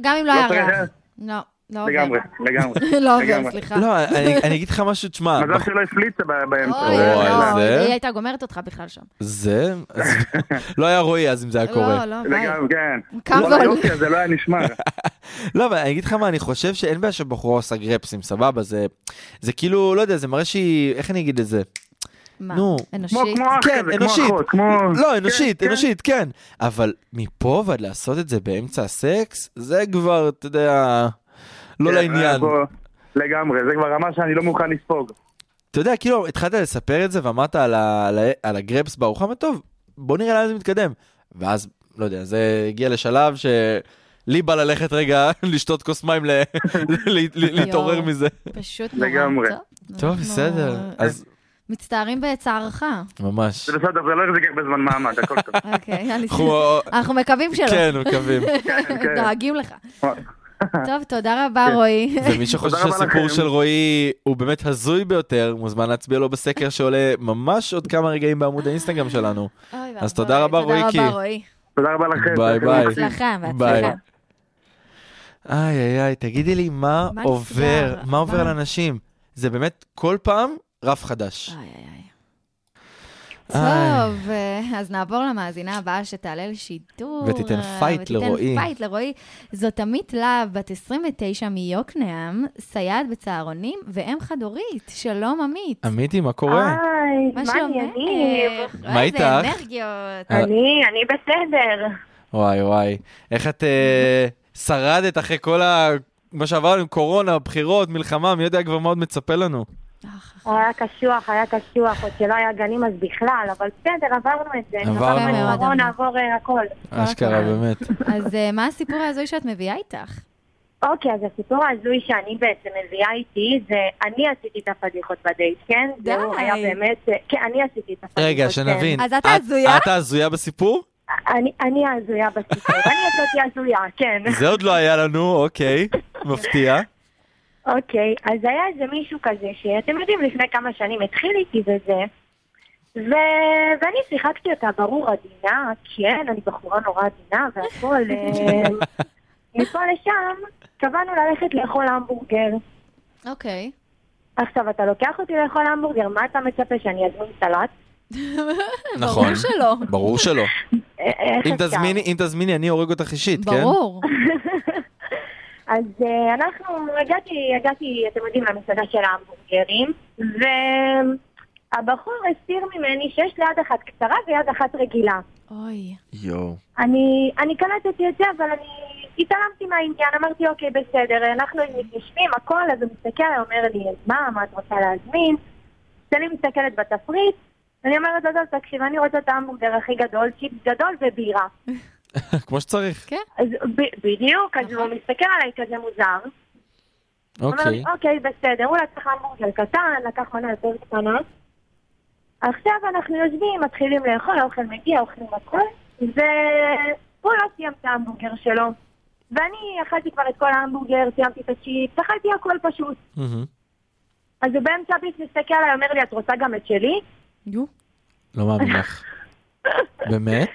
גם אם לא
לא
היה
צריך
ריח.
ריח.
לא, לא עובר.
לגמרי,
[laughs]
לגמרי.
לא עובר,
לגמרי.
סליחה.
לא, אני אני אגיד לך משהו, תשמע,
מזל
בח-
שלא הפליצה ב- באמצע.
אוי,
אוי,
לא,
זה-
היא הייתה גומרת אותך בכלל שם.
זה... אז- [laughs] לא היה רועי אז אם זה היה
לא,
קורה.
לא, ביי.
לגמרי, כן.
קם
לא,
והולך.
יופי, אז זה לא היה
[laughs]
נשמע.
לא, אבל אני אגיד לך מה, אני חושב שאין בעיה שבחורה עושה גרפסים, סבבה? זה... זה כאילו, לא יודע, זה מראה שהיא... איך אני אגיד את זה?
מה,
נו.
כמו
אנושית?
כמו אח
כן,
כזה, כמו
אנושית.
אחות, כמו...
לא, אנושית,
כן, כן.
אנושית, כן. אבל מפה ועד לעשות את זה באמצע הסקס, זה כבר, אתה יודע, לא
כן,
לעניין.
בוא, לגמרי, זה כבר רמה שאני לא מוכן לספוג.
אתה יודע, כאילו, התחלת לספר את זה ואמרת על ה- על ה- על הגרפס בארוחה, אמרתי, טוב, בוא נראה לאן זה מתקדם. ואז, לא יודע, זה הגיע לשלב ש... לי בא ללכת רגע [laughs] לשתות כוס מים, ל- ל- ל- להתעורר
יואו.
מזה.
פשוט נורא.
לגמרי.
טוב,
טוב,
אנחנו
בסדר. אז
מצטערים בצערך.
ממש.
זה בסדר, זה לא יחזיק הרבה זמן מעמד, הכל טוב.
[laughs]
אוקיי, היה לי-
אנחנו-
אנחנו מקווים שלא.
כן, מקווים.
כן.
[laughs] דואגים
[laughs]
לך. טוב, תודה רבה,
כן.
רועי.
ומי שחושב
תודה רבה
שהסיפור
לכם.
של רועי הוא באמת הזוי ביותר, מוזמן להצביע לו בסקר שעולה ממש עוד כמה רגעים בעמוד האינסטגרם שלנו.
אוי
אז
ואבוי,
תודה רבה, רועיקי.
תודה רבה, רועי.
תודה רבה לכם.
ביי,
שאתם
ביי.
איתי.
בהצלחה,
ביי.
בהצלחה.
איי איי איי, תגידי לי מה
מה
עובר,
נסגר?
מה עובר
מה?
לאנשים? זה באמת כל פעם רף חדש.
איי, איי, איי.
איי.
טוב, אה, אז נעבור למאזינה הבאה שתעלה לשידור. אה,
ותיתן פייט לרועי.
ותיתן פייט לרועי. זאת עמית להב, בת 29 מיוקנעם, סייעת בצהרונים ואם חד-הורית. שלום, עמית.
עמיתי, מה קורה?
אה. היי, מה
שלומך? אה,
העניינים?
מה איתך?
איזה
אה.
אנרגיות.
אני, אני בסדר.
וואי וואי, איך את אה, שרדת אחרי כל ה... מה שעברנו עם קורונה, בחירות, מלחמה, מי יודע כבר מה עוד מצפה לנו.
היה קשוח, היה קשוח, עוד שלא היה גנים אז בכלל, אבל בסדר, עברנו את זה.
עברנו.
מאוד,
בואו
עמית.
נעבור אה, הכל.
אשכרה, באמת.
אז אה, מה הסיפור ההזוי שאת מביאה איתך?
אוקיי, אז הסיפור ההזוי שאני בעצם מביאה איתי, זה אני עשיתי את הפדיחות בדייט, כן?
די.
והוא היה באמת, אה, כן, אני עשיתי את הפדיחות.
רגע,
כן.
שנבין.
אז את ההזויה?
את ההזויה בסיפור?
אני- אני ההזויה בסיפור, אני יצאתי הזויה, כן.
זה עוד לא היה לנו, אוקיי, מפתיע.
אוקיי, אז היה איזה מישהו כזה, שאתם יודעים, לפני כמה שנים התחיל איתי וזה, ו... ואני שיחקתי אותה, ברור, עדינה, כן, אני בחורה נורא עדינה והכל. אה,
[laughs]
מפה לשם, קבענו ללכת לאכול המבורגר.
אוקיי.
עכשיו, אתה לוקח אותי לאכול המבורגר, מה אתה מצפה, שאני אזמין סלט?
נכון.
ברור שלא.
ברור שלא.
אה, איך
[laughs]
אם
אפשר?
תזמיני, אם תזמיני, אני הורג אותך אישית, כן?
ברור.
אז אה, אנחנו, הגעתי, הגעתי, אתם יודעים, למסעדה של ההמבורגרים, והבחור הסתיר ממני שיש לי יד אחת קצרה ויד אחת רגילה.
אוי.
יואו.
אני, אני קלטתי את זה, אבל אני התעלמתי מהעניין, אמרתי, אוקיי, בסדר, אנחנו מתיישבים, הכל, אז הוא מסתכל, הוא אומר לי, אז מה, מה את רוצה להזמין? אז אני מסתכלת בתפריט, אני אומרת, עזוב, תקשיב, אני רוצה את ההמבורגר הכי גדול, צ'יפ גדול ובירה.
[laughs] כמו שצריך.
כן?
אז ב- בדיוק, אז הוא מסתכל עליי כזה מוזר. אמר לי,
אוקיי.
אוקיי, בסדר, הוא לקח המבורגר קטן, לקח מנה יותר קטנה. עכשיו אנחנו יושבים, מתחילים לאכול, האוכל מגיע, אוכלים הכל, והוא לא סיים את ההמבורגר שלו. ואני אכלתי כבר את כל ההמבורגר, סיימתי את הצ'יפ, אכלתי הכל פשוט.
לא-
מהמם.
אז הוא באמצע הביס מסתכל עליי, אומר לי, את רוצה גם את שלי?
נו.
לא מאמין
[laughs]
לך. באמת?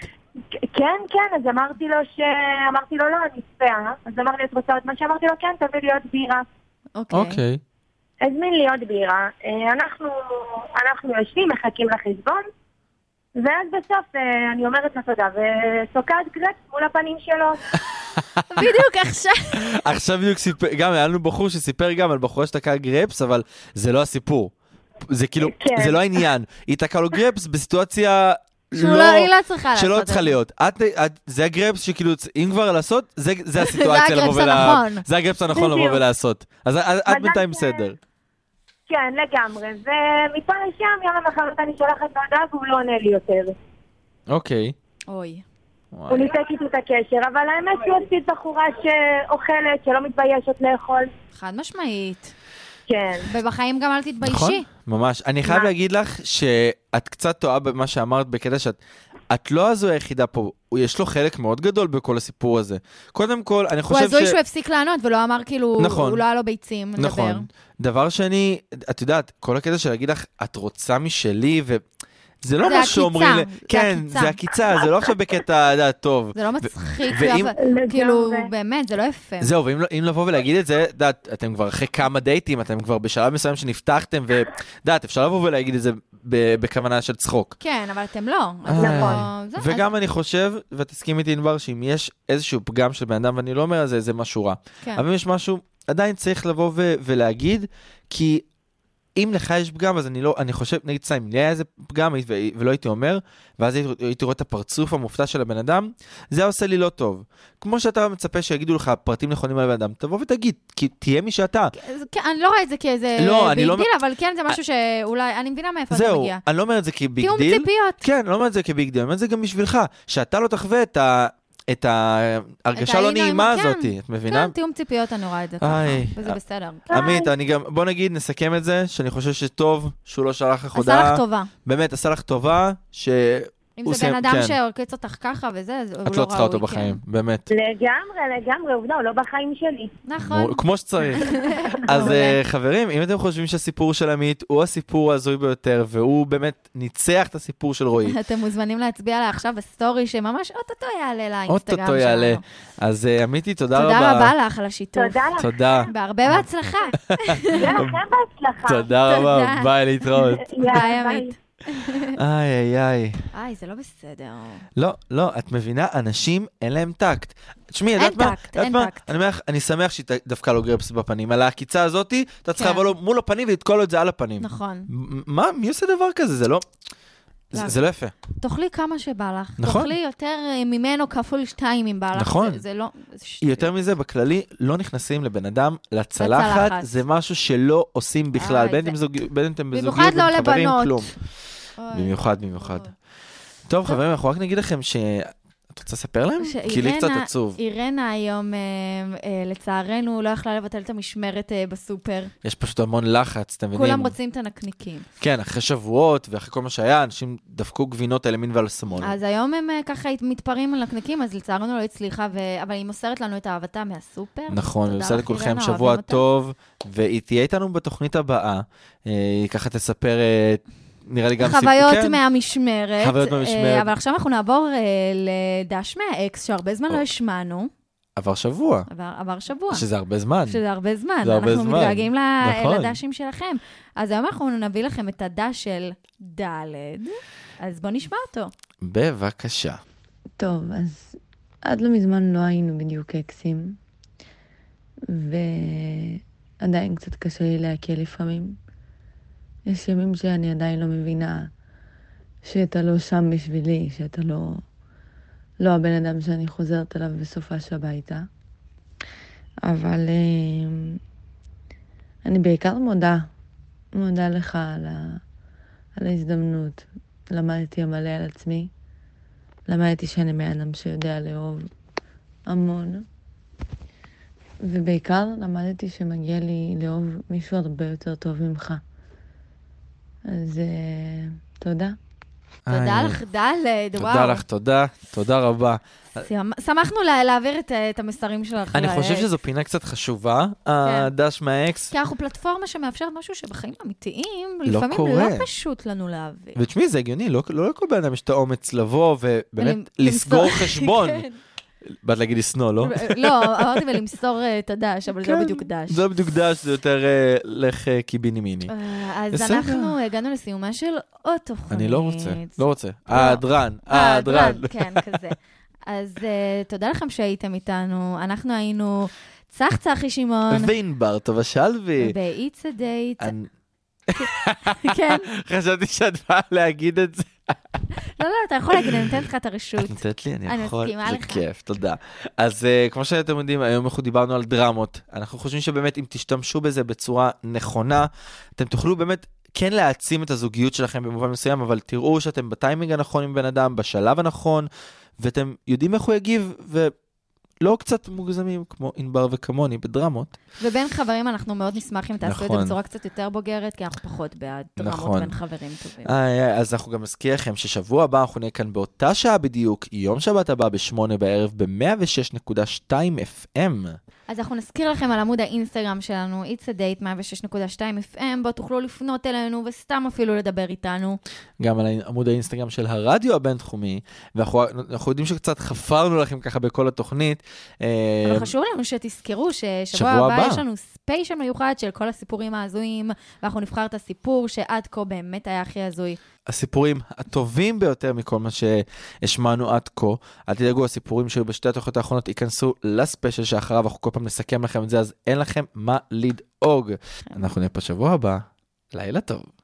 "כ- כן, כן, אז אמרתי לו ש... אמרתי לו, לא, אני צפאה. אז אמר לי, את רוצה עוד משהו? אמרתי לו, כן, תביא לי עוד בירה.
אוקיי.
אוקיי.
הזמין לי עוד בירה, אה, אנחנו, אנחנו יושבים, מחכים לחשבון, ואז בסוף אה, אני אומרת לו תודה, ותוקעת גרפס מול הפנים שלו.
בדיוק עכשיו.
עכשיו בדיוק סיפר, גם היה לנו בחור שסיפר גם על בחורה שתקעה גרפס, אבל זה לא הסיפור. זה כאילו,
כן.
זה לא העניין. היא תקעה לו גרפס בסיטואציה
שהוא לא, היא לא צריכה לעשות
שלא
את
צריכה
זה.
להיות. את, את, זה הגרפס שכאילו, אם כבר לעשות, זה,
[laughs]
זה הסיטואציה
הגרפס
לבוא ול...
הנכון.
זה הגרפס הנכון לבוא
בדיוק.
ולעשות. אז את- את
מזל
בינתיים
ש-
בסדר.
כן, לגמרי. ומפה לשם, יום למחרת אני שולחת לו הודעה והוא לא עונה לי יותר.
אוקיי.
אוי.
הוא ניתק איתי את הקשר, אבל האמת שהוא הפסיד בחורה שאוכלת, שלא מתביישת לאכול.
חד משמעית.
כן.
ובחיים גם אל תתביישי.
נכון, ממש. אני חייב
מה?
להגיד לך שאת קצת טועה במה שאמרת בקטע שאת... את לא הזו היחידה פה, הוא- יש לו חלק מאוד גדול בכל הסיפור הזה. קודם כל, אני
הוא
חושב ש...
הזוי שהוא הפסיק לענות ולא אמר כאילו,
נכון.
הוא לא היה לו ביצים לדבר.
נכון. דבר שני, את יודעת, כל הקטע של להגיד לך, את רוצה משלי, ו... זה לא
זה
מה
עקיצה,
שאומרים... ל-
זה
כן,
עקיצה.
זה עקיצה, זה לא עכשיו בקטע, את יודעת, טוב.
זה לא מצחיק,
ואם-
ואם... כאילו,
לגמרי.
באמת, זה לא יפה.
זהו, ואם לא- אם לבוא ולהגיד את זה, את יודעת, אתם כבר אחרי כמה דייטים, אתם כבר בשלב מסוים שנפתחתם, ואת יודעת, אפשר לבוא ולהגיד את זה ב- בכוונה של צחוק.
כן, אבל אתם לא. אז
אה,
לא- זה-
וגם אני חושב, ותסכים איתי ענבר, שאם יש איזשהו פגם של בן אדם, ואני לא אומר על זה, זה משהו רע.
אז- כן.
אבל אם יש משהו, עדיין צריך לבוא ו- ולהגיד, כי אם לך יש פגם, אז אני לא, אני חושב, נגיד סתם, אם לי היה איזה פגם ו- ולא הייתי אומר, ואז הייתי, הייתי רואה את הפרצוף המופתע של הבן אדם, זה היה עושה לי לא טוב. כמו שאתה מצפה שיגידו לך פרטים נכונים על הבן אדם, תבוא ותגיד, כי תהיה מי שאתה.
אז כן, אני לא רואה את זה כאיזה
לא, אני
ביג
לא- אה,
דיל, אבל כן, זה משהו שאולי, אני מבינה מאיפה זה
זהו,
מגיע.
אני לא אומר את זה כביג
תיאום
דיל.
ציפיות.
כן, אני לא אומר את זה כביג דיל, אני אומר את זה גם בשבילך, שאתה לא תחווה את ה... את ההרגשה
את
הלא
האי נעימה,
נעימה
כן.
הזאת, את מבינה? אה,
כן, תיאום ציפיות, אני רואה את זה ככה,
איי.
וזה בסדר.
עמית, אני גם, בוא נגיד, נסכם את זה, שאני חושב שטוב שהוא לא שלח לך הודעה.
עשה לך טובה.
באמת, עשה לך טובה, שאת
אם
הוא
זה בן
עושה-
אדם
כן.
שעוקץ אותך ככה וזה, אז הוא לא ראוי.
לא צריכה אותו
כן.
בחיים, באמת.
לגמרי, לגמרי, עובדה, הוא לא בחיים שלי.
נכון.
מו- כמו
[laughs]
שצריך. אז אה, חברים, אם אתם חושבים שהסיפור של עמית הוא הסיפור ההזוי ביותר, והוא באמת ניצח את הסיפור של
[laughs]
רועי,
אתם מוזמנים להצביע לה עכשיו בסטורי, שממש אוטוטו יעלה לאינסטגרם שלנו.
אוטוטו יעלה. אז אה, עמיתי, תודה רבה.
תודה רבה לך על השיתוף.
תודה
[laughs]
לך,
תודה.
בהרבה בהצלחה.
[laughs]
לכם בהצלחה.
תודה רבה,
תודה.
ביי להתראות.
[laughs]
יאללה,
ביי, עמית.
איי, איי, איי.
איי, זה לא בסדר.
לא, לא, את מבינה? אנשים, אין להם טקט. תשמעי, את
אין
יודעת מה?
טקט,
את יודעת
אין
מה?
טקט.
אני אומר לך, אני שמח שהיא ת- דפקה לו גרפס בפנים. על העקיצה הזאתי, אתה צריך
כן.
לבוא לו מול הפנים ולתקוע לו את זה על הפנים.
נכון.
מ- מה? מי עושה דבר כזה? זה לא... זה
לא.
זה לא יפה.
תאכלי כמה שבא לך.
נכון.
תאכלי יותר אה, ממנו כפול שתיים אם בא לך.
נכון.
זה- זה לא... זה ש-
יותר מזה, בכללי, לא נכנסים לבן אדם לצלחת,
לצלחת.
זה משהו שלא עושים בכלל,
איי,
בין
זה-
אם זוג- בין אם אתם בזוגיות,
במיוחד לא
בין חברים,
לבנות.
כלום.
אוי.
במיוחד, במיוחד.
אוי.
טוב, חברים, אנחנו רק נגיד לכם ש... את רוצה לספר להם? כי לי קצת
שאירנה-
עצוב.
אירנה היום, אה, אה, לצערנו, לא יכלה לבטל את המשמרת אה, בסופר.
יש פשוט המון לחץ, אתם מבינים?
כולם רוצים את הנקניקים.
כן, אחרי שבועות ואחרי כל מה שהיה, אנשים דפקו גבינות על ימין ועל שמאל.
אז היום הם אה, ככה מתפרעים על נקניקים, אז לצערנו לא הצליחה, ו- אבל היא מוסרת לנו את אהבתה מהסופר.
נכון,
תודה
ובסדר
לך,
לכולכם
אירנה,
שבוע
אוהבים אותך.
טוב, והיא תהיה איתנו בתוכנית הבאה. אה, היא ככה תספר, אה, נראה לי גם סיפור-
חוויות
כן.
מהמשמרת.
חוויות
אה,
מהמשמרת.
אבל עכשיו אנחנו נעבור אה, לדש מהאקס, שהרבה זמן לא
או.
השמענו,
עבר שבוע,
עבר עבר שבוע.
שזה הרבה זמן.
שזה הרבה זמן,
זה הרבה
אנחנו
זמן.
מתגעגעים ל-
נכון.
לדשים שלכם. אז היום אנחנו נביא לכם את הדש של ד', אז בואו נשמע אותו.
בבקשה.
טוב, אז עד לא מזמן לא היינו בדיוק אקסים, ועדיין קצת קשה לי להקל לפעמים. יש ימים שאני עדיין לא מבינה שאתה לא שם בשבילי, שאתה לא, לא הבן אדם שאני חוזרת אליו בסופש הביתה. אבל אה, אני בעיקר מודה, מודה לך על, ה, על ההזדמנות. למדתי מלא על עצמי. למדתי שאני בן אדם שיודע לאהוב המון, ובעיקר למדתי שמגיע לי לאהוב מישהו הרבה יותר טוב ממך. אז אה, תודה.
תודה
היי,
לך, ד', וואו.
אה. תודה לך, תודה, תודה רבה.
שמ- שמחנו לה- להעביר את, אה, את המסרים שלך. אה,
אני
ל-
חושב שזו פינה קצת חשובה,
כן.
הדש מהאקס.
כי אנחנו פלטפורמה שמאפשרת משהו שבחיים האמיתיים,
לא
לפעמים
קורה.
לא פשוט לנו להעביר.
ותשמעי, זה הגיוני, לא לא לכל בן אדם יש את האומץ לבוא ובאמת
ולמ-
לסגור
למסור-
חשבון.
[laughs] כן.
באת להגיד לשנוא, לא?
לא, אמרתי ולמסור אה, את הדש, אבל זה לא
כן,
בדיוק דש.
זה לא בדיוק דש, זה יותר אה, לך אה, קיבינימיני.
אה, אז
בסדר.
אנחנו הגענו לסיומה של עוד תוכנית.
אני לא רוצה, לא רוצה. הדרן,
אה,
הדרן.
דרן, כן, כזה. אז אה, תודה לכם שהייתם איתנו. אנחנו היינו צח צחי שמעון,
וענבר טובה שלוי.
ב-It's a date,
אני-
כן.
חשבתי שאת באה להגיד את זה.
לא, לא, אתה יכול להגיד, אני נותנת לך את הרשות.
את נותנת לי, אני
אני
יכול.
מסכימה
זה
לך.
כיף, תודה. אז אה, כמו שאתם יודעים, היום אנחנו דיברנו על דרמות. אנחנו חושבים שבאמת, אם תשתמשו בזה בצורה נכונה, אתם תוכלו באמת... כן להעצים את הזוגיות שלכם במובן מסוים, אבל תראו שאתם בטיימינג הנכון עם בן אדם, בשלב הנכון, ואתם יודעים איך הוא יגיב, ולא קצת מוגזמים כמו ענבר וכמוני בדרמות.
ובין חברים אנחנו מאוד נשמח אם תעשו את זה
נכון.
בצורה קצת יותר בוגרת, כי אנחנו פחות בעד דרמות
נכון.
בין חברים טובים.
איי, איי, אה, אז אנחנו גם נזכיר לכם ששבוע הבא אנחנו נהיה כאן באותה שעה בדיוק, יום שבת הבא ב-8 בערב ב-106.2 FM.
אז אנחנו נזכיר לכם על עמוד האינסטגרם שלנו, It's a date 106.2 FM, בו תוכלו לפנות אלינו וסתם אפילו לדבר איתנו.
גם על עמוד האינסטגרם של הרדיו הבינתחומי, ואנחנו אנחנו יודעים שקצת חפרנו לכם ככה בכל התוכנית.
אבל
אה,
לא חשוב לנו שתזכרו ששבוע
שבוע
הבא
הבא.
יש לנו ספיישל מיוחד של כל הסיפורים ההזויים, ואנחנו נבחר את הסיפור שעד כה באמת היה הכי הזוי.
הסיפורים הטובים ביותר מכל מה שהשמענו עד כה. אל תדאגו, הסיפורים שהיו בשתי התוכניות האחרונות ייכנסו לספיישל שאחריו, אנחנו כל פעם נסכם לכם את זה, אז אין לכם מה לדאוג. אנחנו נהיה פה שבוע הבא, לילה טוב.